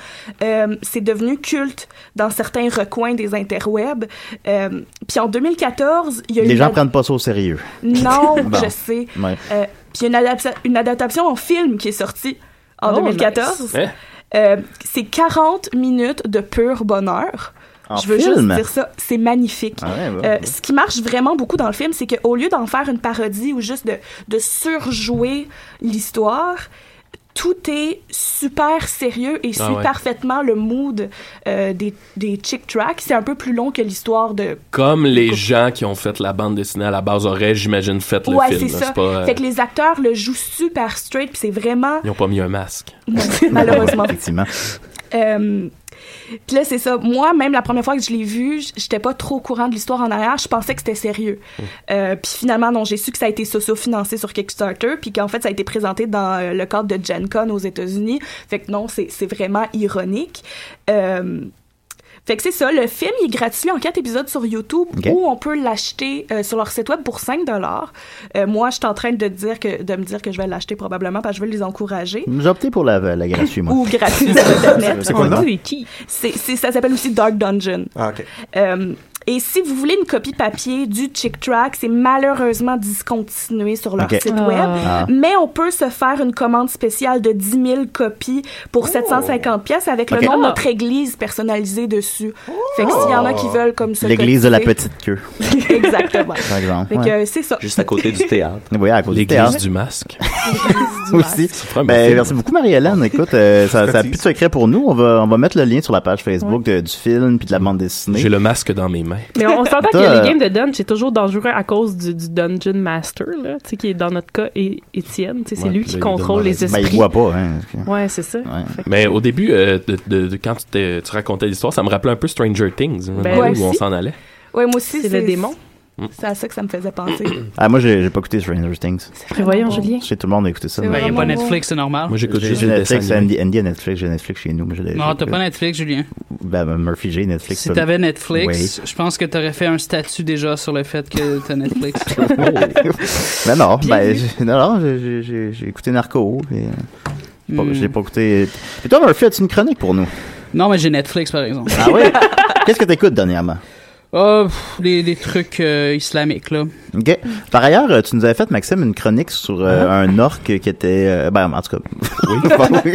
Speaker 10: euh, c'est devenu culte dans certains recoins des interwebs. Euh, puis en 2014, il y a eu...
Speaker 5: Les
Speaker 10: une
Speaker 5: gens
Speaker 10: ad-
Speaker 5: prennent pas ça au sérieux.
Speaker 10: Non,
Speaker 5: Bon.
Speaker 10: je sais.
Speaker 5: Ouais.
Speaker 10: Euh, puis il y a une, adapta- une adaptation en film qui est sortie en
Speaker 17: Oh,
Speaker 10: 2014.
Speaker 17: nice. Hein?
Speaker 10: Euh, c'est 40 minutes de pur bonheur.
Speaker 17: En
Speaker 10: Je veux
Speaker 17: film?
Speaker 10: juste dire ça, c'est magnifique.
Speaker 17: Ah ouais, bah,
Speaker 10: Euh,
Speaker 17: bah.
Speaker 10: ce qui marche vraiment beaucoup dans le film, c'est qu'au lieu d'en faire une parodie ou juste de, de surjouer l'histoire, tout est super sérieux et suit
Speaker 17: Ah ouais.
Speaker 10: parfaitement le mood euh, des, des chick tracks. C'est un peu plus long que l'histoire de
Speaker 7: Comme les gens qui ont fait la bande dessinée à la base auraient, j'imagine, fait le
Speaker 10: ouais,
Speaker 7: film.
Speaker 10: c'est
Speaker 7: là.
Speaker 10: ça.
Speaker 7: pas, euh,
Speaker 10: Fait que les acteurs le jouent super straight, puis c'est vraiment
Speaker 7: Ils ont pas mis un masque.
Speaker 10: malheureusement.
Speaker 5: Effectivement.
Speaker 10: Euh, puis là, c'est ça. Moi, même la première fois que je l'ai vu, j- j'étais pas trop au courant de l'histoire en arrière. Je pensais que c'était sérieux. Euh, puis finalement, non, j'ai su que ça a été socio-financé sur Kickstarter, puis qu'en fait, ça a été présenté dans euh, le cadre de Gen Con aux États-Unis. Fait que non, c'est c'est vraiment ironique. Euh, fait que c'est ça, le film il est gratuit en quatre épisodes sur YouTube
Speaker 17: Ok.
Speaker 10: ou on peut l'acheter euh, sur leur site web pour 5 dollars. Euh, moi, je suis en train de dire que de me dire que je vais l'acheter probablement parce que je veux les encourager.
Speaker 5: J'ai opté pour la, la gratuite, moi.
Speaker 10: Ou gratuit sur Internet.
Speaker 5: C'est quoi le nom?
Speaker 10: C'est- c'est- ça s'appelle aussi Dark Dungeon.
Speaker 11: Ah, ok.
Speaker 10: Euh, Et si vous voulez une copie papier du Chick Track, c'est malheureusement discontinué sur leur
Speaker 17: Ok.
Speaker 10: site
Speaker 17: Ah.
Speaker 10: web.
Speaker 17: Ah.
Speaker 10: Mais on peut se faire une commande spéciale de 10 000 copies pour 750 pièces avec
Speaker 5: Oh. Ok.
Speaker 10: le nom de
Speaker 5: Ah.
Speaker 10: notre église personnalisé dessus. Fait que s'il y en a
Speaker 11: Oh.
Speaker 10: qui veulent comme ça.
Speaker 5: Oh. L'église de la
Speaker 10: cotiser-
Speaker 5: petite queue.
Speaker 10: Exactement.
Speaker 5: Par exemple.
Speaker 10: Fait que,
Speaker 5: ouais.
Speaker 10: euh, c'est ça.
Speaker 5: Juste à côté du théâtre. Oui, à côté du
Speaker 10: L'église
Speaker 5: théâtre.
Speaker 10: du
Speaker 5: masque. Aussi. Ben,
Speaker 10: film.
Speaker 5: merci beaucoup, Marie-Hélène. Écoute, euh, ça n'a plus de secret pour nous. On va, on va mettre le lien sur la page Facebook de- du film puis de la bande dessinée. J'ai
Speaker 7: le masque dans mes mains.
Speaker 8: Mais on on s'entend que
Speaker 5: Toi,
Speaker 8: les
Speaker 5: euh,
Speaker 8: games de dungeon, c'est toujours dangereux à cause du, du Dungeon Master, là, tu sais, qui est dans notre cas é- Étienne. tu sais, C'est
Speaker 7: Ouais,
Speaker 8: lui
Speaker 7: puis
Speaker 8: qui
Speaker 7: là, il est dans
Speaker 8: contrôle
Speaker 7: la-
Speaker 8: les esprits.
Speaker 7: Ben, il voit
Speaker 5: pas, hein.
Speaker 8: Ouais, c'est ça.
Speaker 7: Mais au début, euh, de, de- de- quand tu, t'es- tu racontais l'histoire, ça me rappelait un peu Stranger Things. Je me
Speaker 10: Ben,
Speaker 7: demandais
Speaker 10: ouais.
Speaker 7: où on
Speaker 10: aussi.
Speaker 7: s'en allait.
Speaker 10: Ouais, moi aussi,
Speaker 8: C'est le démon.
Speaker 7: Mm.
Speaker 10: C'est à ça que ça me faisait penser.
Speaker 5: Ah, moi, j'ai j'ai pas écouté Stranger Things.
Speaker 8: Prévoyons, Julien.
Speaker 5: Je sais, tout le monde a écouté ça.
Speaker 14: Ben,
Speaker 5: mais-
Speaker 14: y a pas Netflix, c'est normal.
Speaker 5: Moi, j'écoute juste
Speaker 14: le
Speaker 5: Netflix.
Speaker 14: dessin
Speaker 5: Andy, Andy a Netflix, j'ai Netflix chez nous. mais j'ai-
Speaker 14: Non, t'as pas Netflix, Julien.
Speaker 5: Ben, ben, Murphy, j'ai Netflix.
Speaker 14: Si
Speaker 5: pas-
Speaker 14: t'avais Netflix,
Speaker 5: Oui.
Speaker 14: je pense que t'aurais fait un statut déjà sur le fait que t'as Netflix.
Speaker 5: Ben non,
Speaker 14: Bien
Speaker 5: ben,
Speaker 14: vu.
Speaker 5: j'ai- non, non, j'ai- j'ai- j'ai j'ai écouté Narco. puis, euh, j'ai pas-
Speaker 14: Hmm.
Speaker 5: J'ai pas écouté. Et toi, Murphy, as-tu une chronique pour nous?
Speaker 14: non, mais j'ai Netflix par exemple.
Speaker 5: Ah oui? Qu'est-ce que t'écoutes dernièrement?
Speaker 14: Ah, pff, des, des trucs euh, islamiques là.
Speaker 5: OK. Par ailleurs, euh, tu nous avais fait, Maxime, une chronique sur euh,
Speaker 7: Ah.
Speaker 5: un orc qui était... euh, ben, en tout cas... Oui.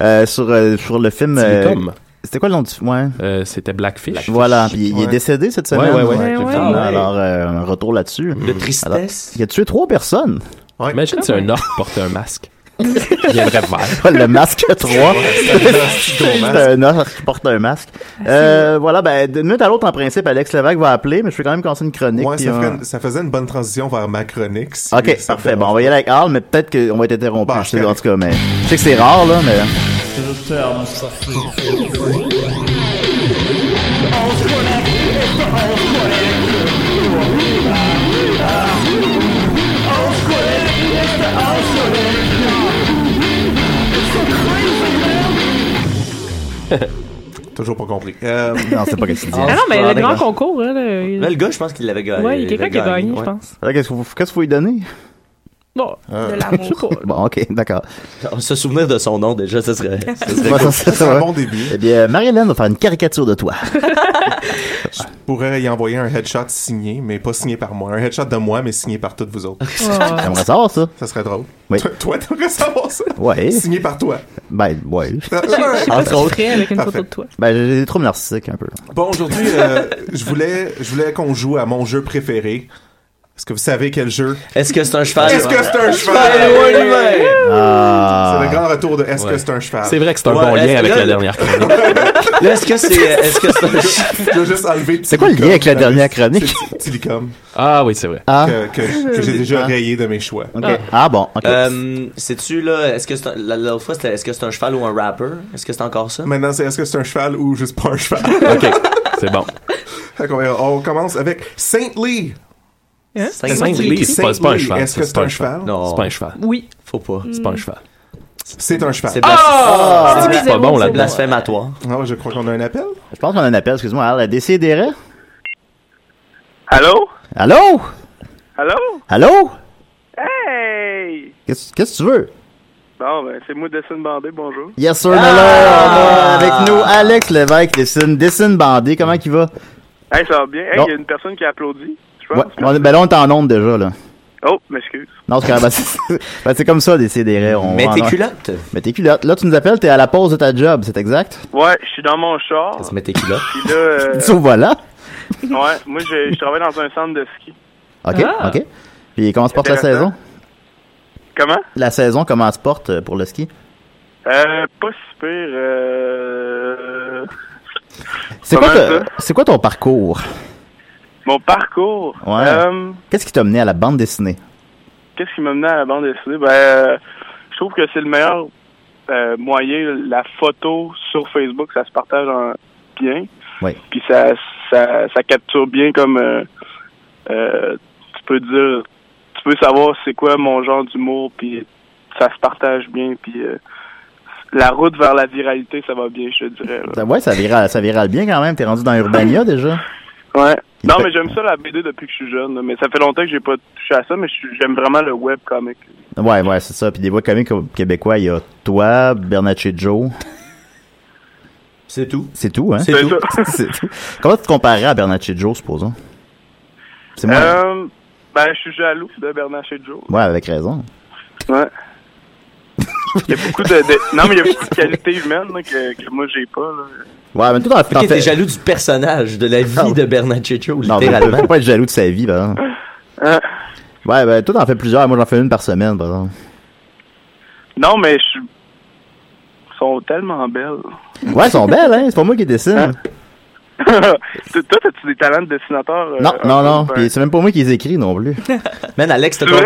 Speaker 5: Euh, sur, euh, sur le film... euh,
Speaker 7: Silicom.
Speaker 5: C'était quoi le nom du film? Ouais.
Speaker 7: Euh, C'était Blackfish.
Speaker 5: Voilà, puis il il est
Speaker 7: Ouais.
Speaker 5: décédé cette semaine.
Speaker 7: Ouais, ouais, ouais. Ouais,
Speaker 5: effectivement.
Speaker 7: ouais.
Speaker 5: Alors, euh, un retour là-dessus. De
Speaker 7: tristesse. Ah
Speaker 5: il a tué trois personnes.
Speaker 7: Imagine si un orc portait un masque. Il viendrait vert.
Speaker 5: le masque 3.
Speaker 7: C'est
Speaker 5: C'est un orc qui porte un masque.
Speaker 7: Ah,
Speaker 5: Euh, voilà, ben, d'une minute à l'autre, en principe, Alex Levac va appeler, mais je vais quand même commencer une chronique.
Speaker 11: Ouais,
Speaker 5: puis
Speaker 11: ça,
Speaker 5: on-
Speaker 11: ferait une- ça faisait une bonne transition vers ma chronique. si
Speaker 5: Ok,
Speaker 11: ça te
Speaker 5: parfait.
Speaker 11: dérange
Speaker 5: Bon, on va y aller avec Al, mais peut-être qu'on va être interrompu. je sais, en tout cas, mais je sais que c'est rare, là, mais.
Speaker 18: C'est le terme, ça.
Speaker 11: pas. Toujours pas compris. Euh,
Speaker 5: non, c'est pas qu'est-ce qu'il dit.
Speaker 8: Ah non, mais
Speaker 5: Ah,
Speaker 8: le grand
Speaker 5: d'accord.
Speaker 8: concours, hein, là, le-
Speaker 6: Là, le gars, je pense qu'il l'avait gagné.
Speaker 8: Ouais, il y a quelqu'un qui a gagné, je pense.
Speaker 5: Alors, Qu'est-ce qu'il faut- qu'est-ce qu'il faut lui donner?
Speaker 8: Bon,
Speaker 5: Euh.
Speaker 11: Ah.
Speaker 8: de l'amour.
Speaker 5: Bon, ok, d'accord.
Speaker 6: Se souvenir de son nom, déjà, ça serait. ça serait
Speaker 5: Bon,
Speaker 6: cool.
Speaker 5: ça, ça, ça va. Eh bien, Marie-Hélène va faire une caricature de toi.
Speaker 11: pourrais y envoyer un headshot signé, mais pas signé par moi. Un headshot de moi, mais signé par toutes vous autres.
Speaker 5: J'aimerais savoir ça.
Speaker 11: Ça serait drôle.
Speaker 5: Oui.
Speaker 11: Toi- Toi, t'aimerais savoir ça?
Speaker 5: Ouais.
Speaker 11: Signé par toi.
Speaker 5: Ben, ouais.
Speaker 11: sais pas si je ferais avec une photo de
Speaker 8: toi.
Speaker 5: Ben, j'ai des troubles narcissiques un peu.
Speaker 11: Bon, aujourd'hui, euh, je voulais, je voulais qu'on joue à mon jeu préféré. Est-ce que vous savez quel jeu?
Speaker 6: Est-ce que c'est un cheval?
Speaker 11: Est-ce que c'est un
Speaker 6: Cheval, ouais,
Speaker 11: cheval?
Speaker 6: ouais.
Speaker 5: Ah.
Speaker 11: C'est le grand retour de Est-ce que c'est un cheval?
Speaker 7: C'est vrai que c'est un
Speaker 6: Ouais,
Speaker 7: bon
Speaker 6: est-ce
Speaker 7: lien
Speaker 6: que
Speaker 7: avec
Speaker 6: là-
Speaker 7: la dernière chronique.
Speaker 6: Là, est-ce que c'est. Est-ce que c'est un cheval?
Speaker 11: Je vais juste enlever.
Speaker 5: C'est quoi le lien avec la dernière chronique?
Speaker 11: C'est Tilicum.
Speaker 7: Ah oui, c'est vrai.
Speaker 5: Ah.
Speaker 11: Que, que- que j'ai
Speaker 7: Ah.
Speaker 11: déjà rayé de mes choix.
Speaker 5: Ok. Ah bon, ok.
Speaker 6: Euh, Sais-tu, là, est-ce que c'est un- la- l'autre fois, c'était est-ce que c'est un cheval ou un rapper? Est-ce que c'est encore ça?
Speaker 11: Maintenant, c'est est-ce que c'est un cheval ou juste pas un cheval?
Speaker 7: OK, c'est bon.
Speaker 11: Fait qu'on va- on, commence avec Saint Lee.
Speaker 6: Saint-
Speaker 11: Est-ce que-
Speaker 7: Hein? Saint Lee, c'est pas, c'est pas un cheval.
Speaker 11: Est-ce que c'est un cheval?
Speaker 7: Non. C'est pas un cheval.
Speaker 8: Oui.
Speaker 6: Faut pas.
Speaker 7: C'est pas un cheval.
Speaker 11: C'est un cheval.
Speaker 6: C'est
Speaker 11: Ah!
Speaker 6: blas-
Speaker 11: C'est pas bon, là-dedans.
Speaker 6: blasphématoire.
Speaker 11: Ah, je crois qu'on a un appel.
Speaker 5: Je pense qu'on a un appel, excuse-moi. Alors, la DCDR?
Speaker 19: Allô?
Speaker 5: Allô?
Speaker 19: Allô?
Speaker 5: Allô?
Speaker 19: Hey!
Speaker 5: Qu'est-ce qu'est-ce que tu veux?
Speaker 19: Bon, ben, c'est moi, Destin Bandé, bonjour.
Speaker 5: Yes, sir,
Speaker 19: Ah!
Speaker 5: Miller! On a avec nous Alex Lévesque, dessine, dessine bandé. Comment qu'il va?
Speaker 19: Hey, ça va bien. Hey,
Speaker 5: Non.
Speaker 19: il y a une personne qui applaudit, je
Speaker 5: Ouais,
Speaker 19: pense.
Speaker 5: on- ben là, on est en onde déjà, là.
Speaker 19: Oh, m'excuse.
Speaker 5: Non, c'est quand même- ben, c'est ben, c'est comme ça, DCDR. On
Speaker 6: Mets
Speaker 5: va en
Speaker 6: tes
Speaker 5: onde.
Speaker 6: culottes.
Speaker 5: Mets tes culottes. Là, tu nous appelles, t'es à la pause de ta job, c'est exact?
Speaker 19: Ouais, je suis dans mon char.
Speaker 6: Mets tes culottes.
Speaker 19: Puis là, euh,
Speaker 5: Tu au volant?
Speaker 19: ouais, moi, je, je travaille dans un centre de ski.
Speaker 5: OK,
Speaker 19: Ah.
Speaker 5: OK. Puis comment se porte la
Speaker 19: Intéressant.
Speaker 5: saison?
Speaker 19: Comment?
Speaker 5: La saison, comment se porte euh, pour le ski?
Speaker 19: Euh, pas si pire. Euh...
Speaker 5: C'est
Speaker 19: Pas
Speaker 5: quoi,
Speaker 19: mal,
Speaker 5: ta-
Speaker 19: ça.
Speaker 5: c'est quoi ton parcours?
Speaker 19: Mon parcours.
Speaker 5: Ouais.
Speaker 19: Euh,
Speaker 5: Qu'est-ce qui t'a mené à la bande dessinée?
Speaker 19: Qu'est-ce qui m'a mené à la bande dessinée? Ben, euh, je trouve que c'est le meilleur euh, moyen. La photo sur Facebook, ça se partage en- bien.
Speaker 5: Oui.
Speaker 19: Puis ça, ça, ça capture bien comme. euh, euh, tu peux dire. Tu peux savoir c'est quoi mon genre d'humour, puis ça se partage bien, puis. euh, la route vers la viralité, ça va bien, je te dirais. là.
Speaker 5: Ça- Euh, Ouais, ça virale, ça virale bien quand même. T'es rendu dans Urbania déjà?
Speaker 19: Ouais.
Speaker 5: Il
Speaker 19: Non,
Speaker 5: fait-
Speaker 19: mais j'aime ça la BD depuis que je suis jeune, là. mais ça fait longtemps que j'ai pas touché à ça, mais je suis- j'aime vraiment le webcomic.
Speaker 5: Ouais, ouais, c'est ça. Puis des voix comiques au- québécois, il y a toi, Bernatchez Joe.
Speaker 6: C'est tout.
Speaker 5: C'est tout, hein?
Speaker 6: C'est C'est tout. ça.
Speaker 5: C'est tout. Comment tu te comparerais à Bernatchez Joe, supposons? C'est moi.
Speaker 19: Euh, ben, je suis jaloux de Bernard Joe.
Speaker 5: Ouais, avec raison.
Speaker 19: Ouais. Il y a beaucoup de, de- Non, mais il y a beaucoup de qualités humaines là, que, que moi, j'ai pas. Là.
Speaker 5: Ouais, mais tout en
Speaker 6: Ok, t'es jaloux du personnage, de la vie de Bernaccio,
Speaker 5: Ah Non, mais faut
Speaker 6: littéralement.
Speaker 5: faut pas être jaloux de sa vie, par exemple.
Speaker 6: Euh.
Speaker 19: Hein?
Speaker 5: Ouais, ben, toi, t'en fais plusieurs. Moi, j'en fais une par semaine, par exemple.
Speaker 19: Non, mais je suis. Ils sont tellement belles.
Speaker 5: Ouais, elles sont belles, hein? C'est pas moi qui
Speaker 6: Euh.
Speaker 5: dessine.
Speaker 19: Toi, t'as-tu des talents de dessinateur? euh,
Speaker 5: Non,
Speaker 19: un
Speaker 5: non,
Speaker 19: peu,
Speaker 5: non.
Speaker 19: ben-
Speaker 5: Puis c'est même pas moi qui les écris non plus.
Speaker 6: Man, Alex, t'as
Speaker 19: C'est vrai?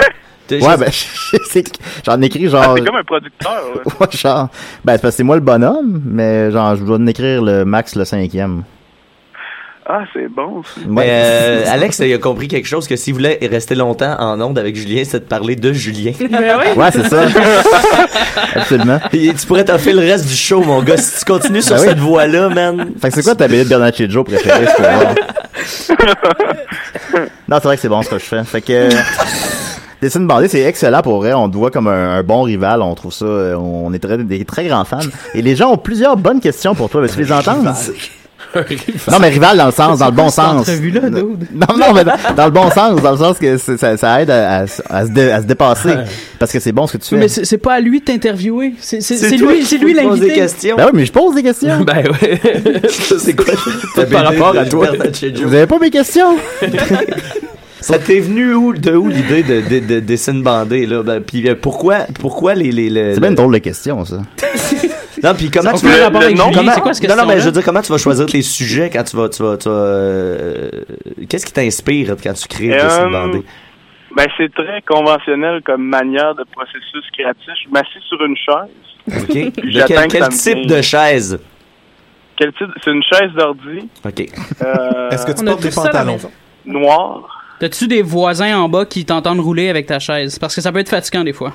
Speaker 6: t'as
Speaker 5: Ouais,
Speaker 6: juste-
Speaker 5: ben, c'est- j'en écris
Speaker 19: Ah,
Speaker 5: genre.
Speaker 19: t'es comme un producteur. là.
Speaker 5: Ouais, genre. Ben, c'est parce que c'est moi le bonhomme, mais genre, je dois en écrire le max le cinquième.
Speaker 19: Ah, c'est bon. ça.
Speaker 6: Mais, euh, Alex, il a compris quelque chose que s'il voulait rester longtemps en onde avec Julien, c'est de parler de Julien.
Speaker 19: Ben oui.
Speaker 5: Ouais, c'est ça. Absolument.
Speaker 6: Et tu pourrais t'offrir le reste du show, mon gars, si tu continues sur
Speaker 5: Ben oui.
Speaker 6: cette voie-là, man.
Speaker 5: Fait que c'est quoi ta BD de Bernard Joe préférée, c'est pour moi? Non, c'est vrai que c'est bon ce que je fais. Fait que. euh, Dessine bandé, c'est excellent pour vrai. On te voit comme un, un bon rival. On trouve ça. euh, On est très, des très grands fans. Et les gens ont plusieurs bonnes questions pour toi. Veux-tu les entendre? Non, mais rival dans le sens, dans le bon sens.
Speaker 14: là
Speaker 5: Non, non, mais dans, dans le bon sens, dans le sens que c'est- ça, ça aide à, à- à se dé- à se dépasser. Parce que c'est bon ce que tu fais.
Speaker 14: Mais c'est c'est pas à lui de t'interviewer. C'est c'est-
Speaker 5: C'est
Speaker 14: c'est
Speaker 5: toi
Speaker 14: lui,
Speaker 5: qui
Speaker 14: c'est lui
Speaker 5: poses
Speaker 14: l'invité.
Speaker 5: des questions. Ben oui, mais je pose des questions.
Speaker 14: ben oui.
Speaker 6: c'est quoi?
Speaker 5: Ta
Speaker 6: par
Speaker 5: BD
Speaker 6: rapport
Speaker 5: de
Speaker 6: à toi.
Speaker 5: Vous avez pas mes questions?
Speaker 6: Ça t'est venu où, de où l'idée de, de, de, dessine bandé, là? Ben, puis euh, pourquoi, pourquoi les... les, les-
Speaker 5: C'est bien une drôle de question, ça.
Speaker 6: Non, puis comment
Speaker 5: Ça
Speaker 6: tu
Speaker 5: a aucun
Speaker 6: vas...
Speaker 5: rapport avec Julien,
Speaker 6: comment-
Speaker 5: c'est quoi cette
Speaker 6: Non, non, mais
Speaker 5: question-là?
Speaker 6: je veux dire, comment tu vas choisir les sujets quand tu vas... Tu vas, tu vas, euh, Qu'est-ce qui t'inspire quand tu crées
Speaker 19: Euh,
Speaker 6: dessine bandé?
Speaker 19: Ben, c'est très conventionnel comme manière de processus créatif. Je m'assis sur une chaise.
Speaker 6: OK?
Speaker 19: Puis
Speaker 6: De
Speaker 19: j'attends
Speaker 6: quel,
Speaker 19: que
Speaker 6: quel
Speaker 19: ça me
Speaker 6: type
Speaker 19: vienne.
Speaker 6: de chaise?
Speaker 19: Quel type? C'est une chaise d'ordi.
Speaker 6: OK.
Speaker 19: Euh,
Speaker 14: Est-ce que tu On a portes des tous ça à la pantalons? maison.
Speaker 19: Noir.
Speaker 14: T'as-tu des voisins en bas qui t'entendent rouler avec ta chaise? Parce que ça peut être fatigant des fois.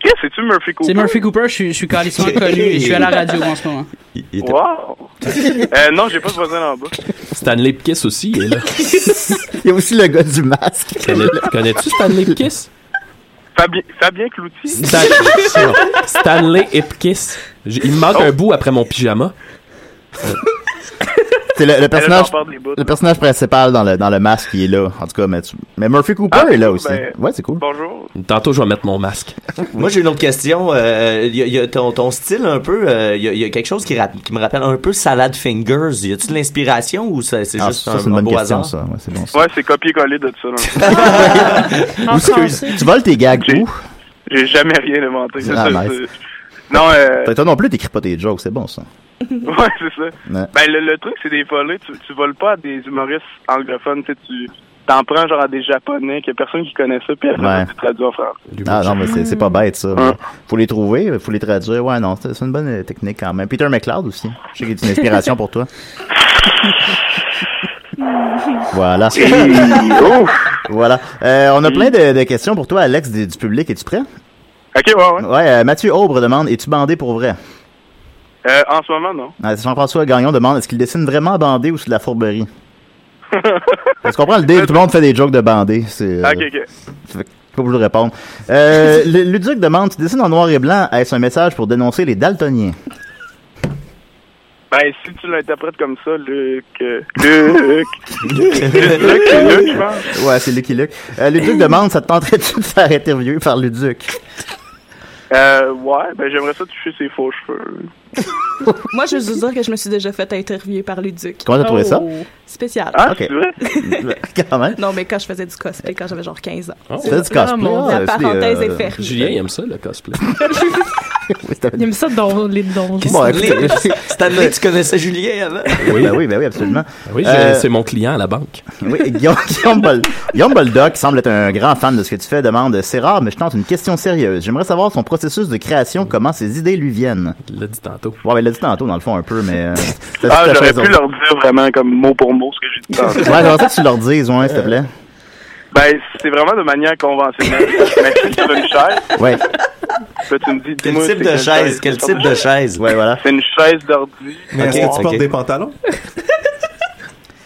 Speaker 19: Qu'est-ce que c'est-tu, Murphy Cooper?
Speaker 14: C'est Murphy Cooper, je suis, je suis calissement connu et je suis à la radio en ce moment.
Speaker 19: Wow! euh, non, j'ai pas de voisin en bas.
Speaker 7: Stanley Pkiss aussi est là.
Speaker 5: Il y a aussi le gars du masque.
Speaker 7: Connais- Connais-tu Stanley Pkiss?
Speaker 19: Fabien, Fabien Cloutier.
Speaker 7: Stan- non, Stanley Ipkiss. J- Il me manque
Speaker 19: Oh.
Speaker 7: un bout après mon pyjama.
Speaker 5: C'est le, le personnage,
Speaker 19: part des bouts,
Speaker 5: le personnage principal dans le, dans le masque qui est là. En tout cas, mais, tu- mais Murphy Cooper est là aussi.
Speaker 6: ben,
Speaker 5: ouais, c'est cool.
Speaker 19: Ah, Bonjour.
Speaker 7: Tantôt, je vais mettre mon masque.
Speaker 6: Moi, j'ai une autre question. Euh, y a, y a ton, ton style un peu, il y, a- y a quelque chose qui, rap- qui me rappelle un peu Salad Fingers. Y a-tu de l'inspiration ou ça- c'est
Speaker 5: Ah,
Speaker 6: juste
Speaker 5: ça,
Speaker 6: un,
Speaker 5: c'est une
Speaker 6: un
Speaker 5: bonne
Speaker 6: beau
Speaker 5: question,
Speaker 6: hasard?
Speaker 5: ça. Ouais, c'est bon.
Speaker 19: Ouais, c'est copier-coller de ça. là. En
Speaker 5: Où est-ce que-
Speaker 19: français.
Speaker 5: tu voles tes gags où?
Speaker 19: J'ai jamais rien inventé. C'est
Speaker 5: Ah,
Speaker 19: ça,
Speaker 5: nice.
Speaker 19: c'est- Non, euh...
Speaker 5: Toi non plus, t'écris pas tes jokes, c'est bon, ça.
Speaker 19: ouais, c'est ça.
Speaker 5: Ouais.
Speaker 19: Ben, le, le truc, c'est des volets. Tu, tu voles pas à des humoristes anglophones. tu sais, Tu t'en prends genre à des japonais qu'il y a personne qui connaît ça, puis après,
Speaker 5: Ouais.
Speaker 19: tu traduis en français.
Speaker 5: Ah non, mais c'est- c'est pas bête, ça.
Speaker 19: Ah.
Speaker 5: Faut les trouver, faut les traduire. Ouais, non, c'est c'est une bonne euh, technique quand même. Peter McLeod aussi. Je sais qu'il est une inspiration pour toi. Voilà. voilà. Euh, on a plein de, de questions pour toi, Alex, du, du public. Es-tu prêt?
Speaker 19: Ok, ouais, ouais.
Speaker 5: Ouais, euh, Mathieu Aubre demande, es-tu bandé pour vrai?
Speaker 19: Euh, en ce moment, non.
Speaker 5: Ah, Jean-François Gagnon demande est-ce qu'il dessine vraiment bandé ou c'est de la fourberie Parce qu'on prend le dé, tout le monde fait des jokes de bandé. C'est, euh,
Speaker 19: Ok, ok.
Speaker 5: fait que faut que je le réponde. Euh, le- Luduc demande tu dessines en noir et blanc, est-ce un message pour dénoncer les daltoniens
Speaker 19: Ben, si tu l'interprètes comme ça, Luc. euh, Luc. Luc, Luc, Luc, je pense.
Speaker 5: Ouais, c'est Lucky Luke. Euh, Luduc demande ça te tenterait-tu de faire interviewer par Luduc
Speaker 19: Euh, ouais, ben, j'aimerais ça toucher ses faux cheveux.
Speaker 10: Moi, je veux juste dire que je me suis déjà fait interviewer par Luduc. Oh.
Speaker 5: Comment t'as trouvé ça?
Speaker 10: Spécial.
Speaker 5: Ah, c'est vrai? quand même.
Speaker 10: Non, mais quand je faisais du cosplay, quand j'avais genre 15 ans.
Speaker 7: Oh.
Speaker 10: C'est
Speaker 5: Fais du
Speaker 10: vraiment-
Speaker 5: cosplay, ah,
Speaker 10: La
Speaker 5: c'est des,
Speaker 10: parenthèse
Speaker 5: euh,
Speaker 10: est fermée.
Speaker 7: Julien il aime ça, le cosplay.
Speaker 8: Il aime ça dans les donjons.
Speaker 5: Bon, écoutez,
Speaker 6: Stanley, tu connaissais Julien avant?
Speaker 5: oui, ben oui, ben oui, absolument.
Speaker 7: Oui, je-
Speaker 5: Euh,
Speaker 7: c'est mon client à la banque.
Speaker 5: Oui, Guillaume, Guillaume, Bol- Guillaume Boldoc semble être un grand fan de ce que tu fais, demande C'est rare, mais je tente une question sérieuse. J'aimerais savoir son processus de création, comment ses idées lui viennent.
Speaker 7: Il l'a dit tantôt.
Speaker 5: Ouais, mais il l'a dit tantôt, dans le fond, un peu, mais. euh, c'est
Speaker 19: Ah,
Speaker 5: la
Speaker 19: j'aurais
Speaker 5: chose
Speaker 19: pu
Speaker 5: autre.
Speaker 19: leur dire vraiment comme mot pour mot ce que j'ai dit tantôt.
Speaker 5: Ouais, j'aimerais ça que tu leur dises, ouais, s'il te plaît.
Speaker 19: Ben, c'est vraiment de manière conventionnelle. Je m'assieds sur une chaise.
Speaker 5: Ouais.
Speaker 19: Là, tu me dis,
Speaker 6: Quel
Speaker 19: dis-moi, c'est
Speaker 6: type de
Speaker 19: quelle
Speaker 6: chaise? Quel
Speaker 19: Quelle
Speaker 6: type
Speaker 19: sorte
Speaker 6: de chaise?
Speaker 5: Ouais, voilà.
Speaker 19: C'est une chaise d'ordi.
Speaker 11: Mais est-ce que tu
Speaker 6: Ok,
Speaker 11: portes
Speaker 6: ok.
Speaker 11: des pantalons?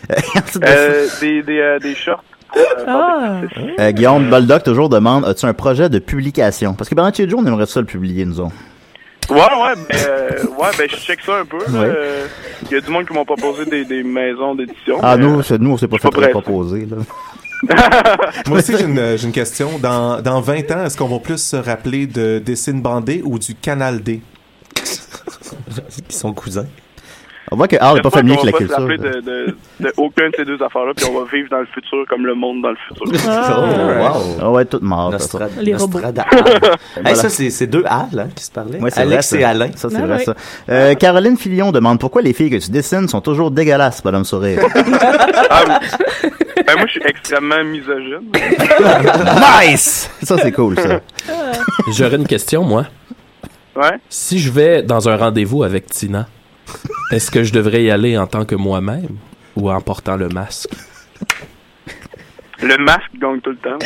Speaker 19: Euh, des, des, euh, des shorts. euh,
Speaker 6: Ah.
Speaker 5: Euh, Guillaume Boldoc toujours demande As-tu un projet de publication Parce que pendant chez Joe, on aimerait ça le publier, nous autres.
Speaker 19: Ouais, ouais, ben, euh, ouais, ben, je check ça un peu. là. Euh, Il y a du monde qui m'ont proposé des, des maisons
Speaker 6: Oh,
Speaker 19: d'édition.
Speaker 5: Ah,
Speaker 19: mais, euh,
Speaker 6: euh,
Speaker 5: nous, c'est- nous on s'est pas fait
Speaker 19: pas prêt.
Speaker 5: proposer. Là.
Speaker 11: Moi aussi, j'ai une, j'ai une question. Dans, dans 20 ans, est-ce qu'on va plus se rappeler de Dessine Bandé ou du Canal D?
Speaker 6: Qui sont cousins.
Speaker 5: On voit que Al n'est ah, pas
Speaker 19: j'espère
Speaker 5: familier
Speaker 19: qu'on
Speaker 5: avec la
Speaker 19: va pas
Speaker 5: culture.
Speaker 19: se rappeler de, de, de aucune de ces deux affaires-là, puis on va vivre dans le futur comme le monde dans le futur.
Speaker 5: Oh, wow. Ah, On va être tous morts. de toute
Speaker 6: Nostra-
Speaker 5: façon.
Speaker 19: Ah, Les robots.
Speaker 6: Hey, ça, c'est c'est deux Al hein, qui se parlaient.
Speaker 5: Ouais, c'est
Speaker 6: Alex
Speaker 5: vrai,
Speaker 6: et
Speaker 5: ça.
Speaker 6: Alain.
Speaker 5: Ça,
Speaker 19: Ah,
Speaker 5: c'est vrai, ça. Euh, Caroline Filion demande pourquoi les filles que tu dessines sont toujours dégueulasses, Madame Sourire.
Speaker 19: Ah, ben, moi, je suis extrêmement misogyne.
Speaker 5: nice! Ça, c'est cool, ça.
Speaker 7: J'aurais une question, moi.
Speaker 19: Ouais.
Speaker 7: Si je vais dans un rendez-vous avec Tina, est-ce que je devrais y aller en tant que moi-même ou en portant le masque?
Speaker 19: Le masque gagne tout le temps.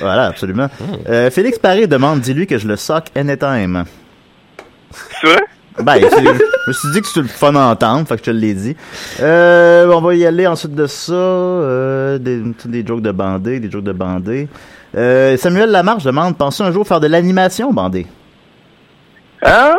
Speaker 5: Voilà, absolument. Euh, Félix Paré demande dis-lui que je le sock anytime.
Speaker 19: C'est vrai?
Speaker 5: Ben, c'est- je me suis dit que c'était le fun à entendre, fait que je te l'ai dit. Euh, on va y aller ensuite de ça. euh, des, des jokes de bandé, des jokes de bandé. Euh, Samuel Lamarche demande pensez un jour faire de l'animation bandé
Speaker 19: Hein?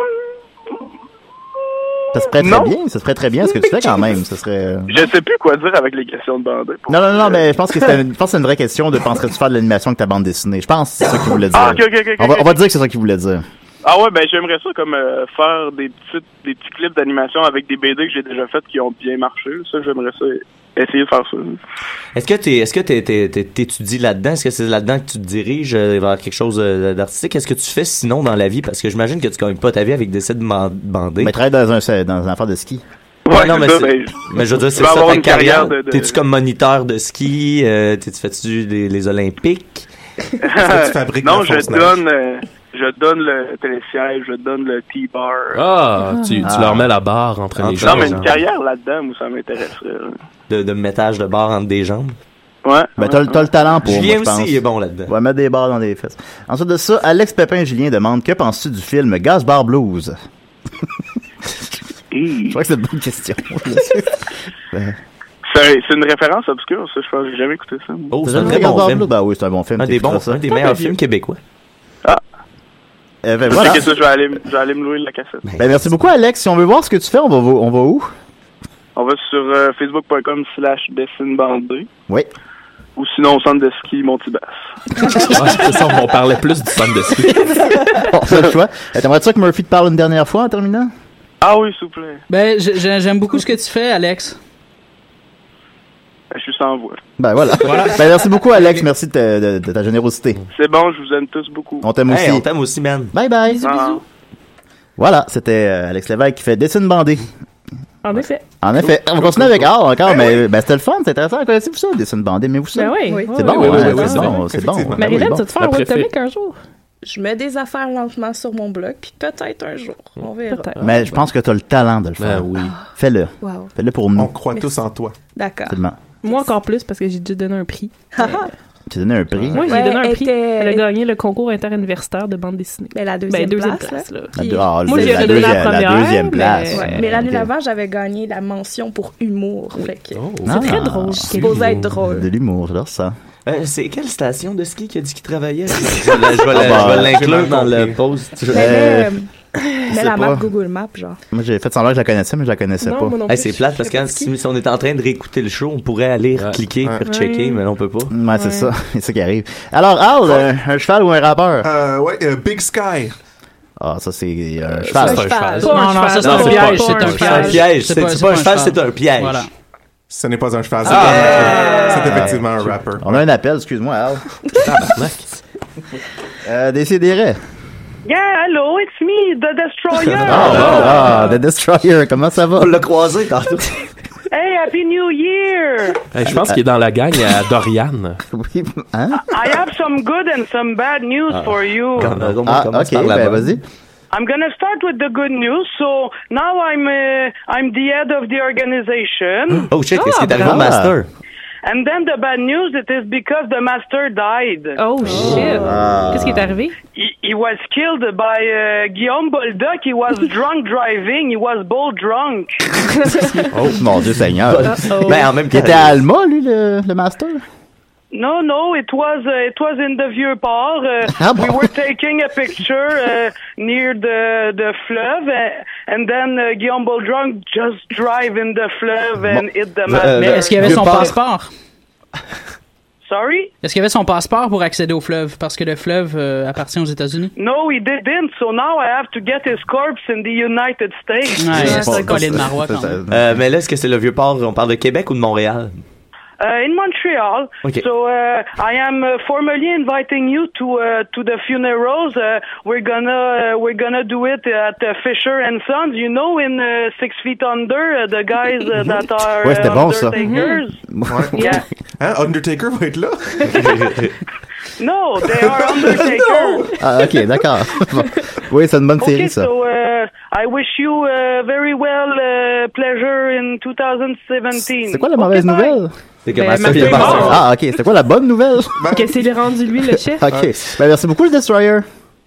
Speaker 5: Ça se ferait très
Speaker 19: Non.
Speaker 5: bien, ça se ferait très bien ce que tu fais quand même. Ça serait. euh,
Speaker 19: Je sais plus quoi dire avec les questions de bandit.
Speaker 5: Non, non, non, non, mais je pense que c'est une, je pense que c'est une vraie question de penserais-tu faire de l'animation avec ta bande dessinée Je pense que c'est ça qu'il voulait dire.
Speaker 19: Ah, ok, ok, ok, ok,
Speaker 5: on, va, on va
Speaker 19: ok.
Speaker 5: dire que c'est ça qu'il voulait dire.
Speaker 19: Ah ouais, ben j'aimerais ça comme euh, faire des petites des petits clips d'animation avec des BD que j'ai déjà faites qui ont bien marché. Ça, j'aimerais ça essayer de faire ça.
Speaker 6: Est-ce que tu est-ce que t'es- t'es- t'es- t'étudies là-dedans? Est-ce que c'est là-dedans que tu te diriges euh, vers quelque chose euh, d'artistique? Qu'est-ce que tu fais sinon dans la vie? Parce que j'imagine que tu gagnes pas ta vie avec des sites ban- bandés.
Speaker 5: Mais travaille dans un, dans un affaire de ski.
Speaker 6: Ouais, non, mais,
Speaker 5: c'est ça,
Speaker 6: c'est-
Speaker 5: ben,
Speaker 6: mais je veux dire,
Speaker 5: tu
Speaker 6: c'est
Speaker 5: vas
Speaker 6: ça
Speaker 5: avoir
Speaker 6: ta
Speaker 5: une
Speaker 6: carrière.
Speaker 5: carrière de- de-
Speaker 6: T'es-tu comme moniteur de ski? Euh, t'es- tu fais-tu les, les Olympiques? tu fabriques
Speaker 19: non,
Speaker 6: la
Speaker 19: je
Speaker 6: fonce-neige?
Speaker 19: donne euh, je donne le télésiège, je donne le T-bar.
Speaker 7: Ah, tu, tu leur mets la barre entre les
Speaker 6: Entre
Speaker 7: gens.
Speaker 19: Non, mais
Speaker 6: hein.
Speaker 19: une carrière là-dedans, moi, ça m'intéresserait. là.
Speaker 6: De, de mettage de barre entre des jambes?
Speaker 19: Ouais.
Speaker 5: Ben, t'as, le- t'as le talent pour.
Speaker 6: Julien
Speaker 5: moi, je
Speaker 6: aussi,
Speaker 5: pense.
Speaker 6: il est bon là-dedans.
Speaker 5: On va mettre des barres dans les fesses. Ensuite de ça, Alex Pépin Julien demande Que penses-tu du film Gas Bar Blues Je crois que c'est une bonne question. Ben,
Speaker 19: C'est c'est une référence obscure, ça, je pense que j'ai jamais écouté ça. moi.
Speaker 5: t'as jamais vu Gas Bar Blues? Ben oui, c'est un bon film.
Speaker 6: Un des
Speaker 5: t'écouteras
Speaker 6: bons-
Speaker 5: ça.
Speaker 6: un des meilleurs films québécois.
Speaker 5: Eh ben,
Speaker 19: Je sais
Speaker 5: voilà.
Speaker 19: que Ah! ça, je vais aller, me- je vais aller me louer de la cassette.
Speaker 5: Ben, merci beaucoup, Alex. Si on veut voir ce que tu fais, on va, vo- on va où
Speaker 19: On va sur euh, facebook.com slash dessin bandé
Speaker 5: Oui.
Speaker 19: ou sinon au centre de ski Montibass.
Speaker 7: C'est ça, on parlait plus du centre de ski.
Speaker 5: Bon, c'est le choix. Euh, T'aimerais ça que Murphy te parle une dernière fois en terminant
Speaker 19: Ah oui, s'il vous plaît.
Speaker 14: Ben, j'ai- j'ai- j'aime beaucoup ce que tu fais, Alex.
Speaker 19: Je suis sans voix.
Speaker 5: Ben voilà.
Speaker 19: Voilà.
Speaker 5: Ben, merci beaucoup, Alex. Merci de, ta- de- de ta générosité.
Speaker 19: C'est bon, je vous aime tous beaucoup.
Speaker 5: On t'aime aussi. Ah.
Speaker 6: aussi, man.
Speaker 5: Bye bye. Voilà, c'était euh, Alex Lévesque qui fait Dessine bandée.
Speaker 8: En effet.
Speaker 5: En effet. On continue avec Art encore, mais ben, c'était le fun, c'était intéressant. Connaissez-vous ça, Dessine bandée, mais vous ça
Speaker 8: Ben oui.
Speaker 5: C'est bon,
Speaker 8: Oui, oui,
Speaker 5: hein,
Speaker 8: oui, oui,
Speaker 5: c'est
Speaker 8: oui.
Speaker 5: bon, c'est bon. Ben oui,
Speaker 8: Marilyn,
Speaker 5: bon.
Speaker 8: tu vas te faire un webtomic un jour?
Speaker 10: Je mets des affaires lentement sur mon blog, puis peut-être un jour.
Speaker 8: Mm.
Speaker 10: On verra.
Speaker 5: Mais Ben, je pense que tu as le talent de
Speaker 6: Ben
Speaker 5: le faire.
Speaker 7: oui.
Speaker 5: Fais-le.
Speaker 10: Wow.
Speaker 5: Fais-le pour nous. On
Speaker 11: croit
Speaker 8: tous
Speaker 11: en toi.
Speaker 10: D'accord.
Speaker 5: Tellement.
Speaker 8: Moi encore plus parce que j'ai dû donner un prix. Ah,
Speaker 5: Tu as donné un prix.
Speaker 8: Moi, j'ai
Speaker 10: Ouais,
Speaker 8: donné un
Speaker 10: elle
Speaker 8: prix. Elle a gagné le concours interuniversitaire de bande dessinée.
Speaker 10: Mais Ben, la
Speaker 8: Ben, deuxième
Speaker 10: place,
Speaker 8: là.
Speaker 5: La deux- ah,
Speaker 8: Moi,
Speaker 5: le-
Speaker 8: j'ai
Speaker 5: la
Speaker 8: donné la
Speaker 5: deuxième- la
Speaker 8: première,
Speaker 5: deuxième
Speaker 8: mais-
Speaker 5: place.
Speaker 10: Ouais,
Speaker 5: Ouais,
Speaker 10: mais l'année
Speaker 5: ok.
Speaker 10: d'avant, j'avais gagné la mention pour humour. Fait que
Speaker 8: Oh.
Speaker 6: Oh.
Speaker 5: Ah,
Speaker 10: c'est très drôle.
Speaker 5: c'est
Speaker 10: C'est beau être drôle.
Speaker 5: De l'humour, j'adore ça.
Speaker 6: Euh, c'est quelle station de ski qui a dit qu'il travaillait? Je vais la- je vais
Speaker 5: Ah, bah,
Speaker 6: la- je vais
Speaker 5: j'ai mal
Speaker 6: l'inclure dans le
Speaker 5: compris.
Speaker 6: post.
Speaker 5: Mais,
Speaker 10: Mais,
Speaker 5: Euh,
Speaker 10: euh, mais
Speaker 5: sais
Speaker 10: la
Speaker 5: pas.
Speaker 10: map Google Maps, genre.
Speaker 5: Moi, j'ai fait semblant que je la connaissais, mais je la connaissais
Speaker 10: Non,
Speaker 5: pas.
Speaker 10: moi non
Speaker 6: Hey, c'est plate parce que quand- si, si on est en train de réécouter le show, on pourrait aller cliquer,
Speaker 5: Ouais.
Speaker 6: rechecker,
Speaker 5: Ouais.
Speaker 6: mais là, on peut pas.
Speaker 5: Ouais, c'est ça. C'est ça qui arrive. Alors, Al, un, un cheval ou un rappeur?
Speaker 11: Euh, ouais, euh, Big Sky.
Speaker 5: Ah, ça, c'est un cheval.
Speaker 11: c'est un cheval.
Speaker 14: Pas un Non, non, cheval. ça, c'est un piège, c'est un
Speaker 11: cheval.
Speaker 14: piège. C'est pas- c'est pas un cheval. Voilà.
Speaker 11: Ce n'est pas un cheval, c'est
Speaker 5: Ah!
Speaker 10: Euh.
Speaker 11: un- c'est
Speaker 5: Ah!
Speaker 11: effectivement un rapper.
Speaker 5: On a un appel, excuse-moi, Al.
Speaker 6: Ah,
Speaker 5: euh, Décidérez.
Speaker 17: Yeah, hello, it's me, the Destroyer.
Speaker 5: Ah, The Destroyer, comment ça va? Ah, On
Speaker 6: l'a croisé tantôt.
Speaker 17: Hey, Happy New Year.
Speaker 7: Hey, je pense qu'il est dans la gang à Dorian.
Speaker 5: oui, hein?
Speaker 17: I have some good and some bad news
Speaker 7: Ah.
Speaker 17: for you.
Speaker 5: Ah, ok, ben vas-y.
Speaker 17: I'm gonna start with the good news. So now I'm uh, I'm the head of the organization.
Speaker 6: Oh shit, qu'est-ce qui est arrivé
Speaker 17: bravo.
Speaker 6: au master?
Speaker 17: And then the bad news, it is because the master died.
Speaker 8: Oh shit.
Speaker 17: Ah.
Speaker 8: Qu'est-ce qui est arrivé?
Speaker 17: He, he was killed by uh, Guillaume Bolduc. He was drunk driving. He was bold drunk.
Speaker 5: Oh, mon Dieu Seigneur.
Speaker 17: Uh-oh.
Speaker 5: Il était à Alma, lui, le, le master?
Speaker 17: No, no, it was uh, it was in the vieux port. Uh,
Speaker 5: Ah bon?
Speaker 17: We were taking a picture uh, near the the fleuve, uh, and then uh, Guillaume Boldrunk just drive in the fleuve and hit the
Speaker 14: Euh,
Speaker 17: man.
Speaker 14: Mais est-ce qu'il y avait son passeport?
Speaker 17: Sorry?
Speaker 14: Est-ce qu'il y avait son passeport pour accéder au fleuve? Parce que le fleuve euh, appartient aux États-Unis.
Speaker 17: No, he didn't. So now I have to get his corpse in the United States.
Speaker 14: Ouais,
Speaker 6: Je sais
Speaker 14: c'est
Speaker 6: pas.
Speaker 14: un collier de marois quand même.
Speaker 6: Euh, mais là, est-ce que c'est le vieux port? On parle de Québec ou de Montréal?
Speaker 17: Uh, in Montreal.
Speaker 6: Okay.
Speaker 17: So uh, I am uh, formally inviting you to uh, to the funerals. Uh, we're gonna uh, we're gonna do it at uh, Fisher and Sons. You know, in uh, Six Feet Under, uh, the guys uh, that are
Speaker 5: Ouais, c'était
Speaker 17: uh,
Speaker 5: bon, ça.
Speaker 17: undertakers.
Speaker 11: Ouais.
Speaker 17: Yeah.
Speaker 11: Hein, Undertaker va être là?
Speaker 5: Mm-hmm.
Speaker 17: No, they are undertakers.
Speaker 5: Ah, ok, d'accord. Bon. Oui, c'est une bonne
Speaker 17: Okay,
Speaker 5: série, ça.
Speaker 17: so uh, I wish you uh, very well uh, pleasure in 2017.
Speaker 5: C'est quoi la mauvaise nouvelle?
Speaker 6: C'est
Speaker 8: que Ben, Master Master P est est mort. mort.
Speaker 5: Ah, ok, c'était quoi la bonne nouvelle?
Speaker 11: Ben,
Speaker 8: Que c'est rendu lui le chef.
Speaker 5: ok, ben merci beaucoup, le Destroyer.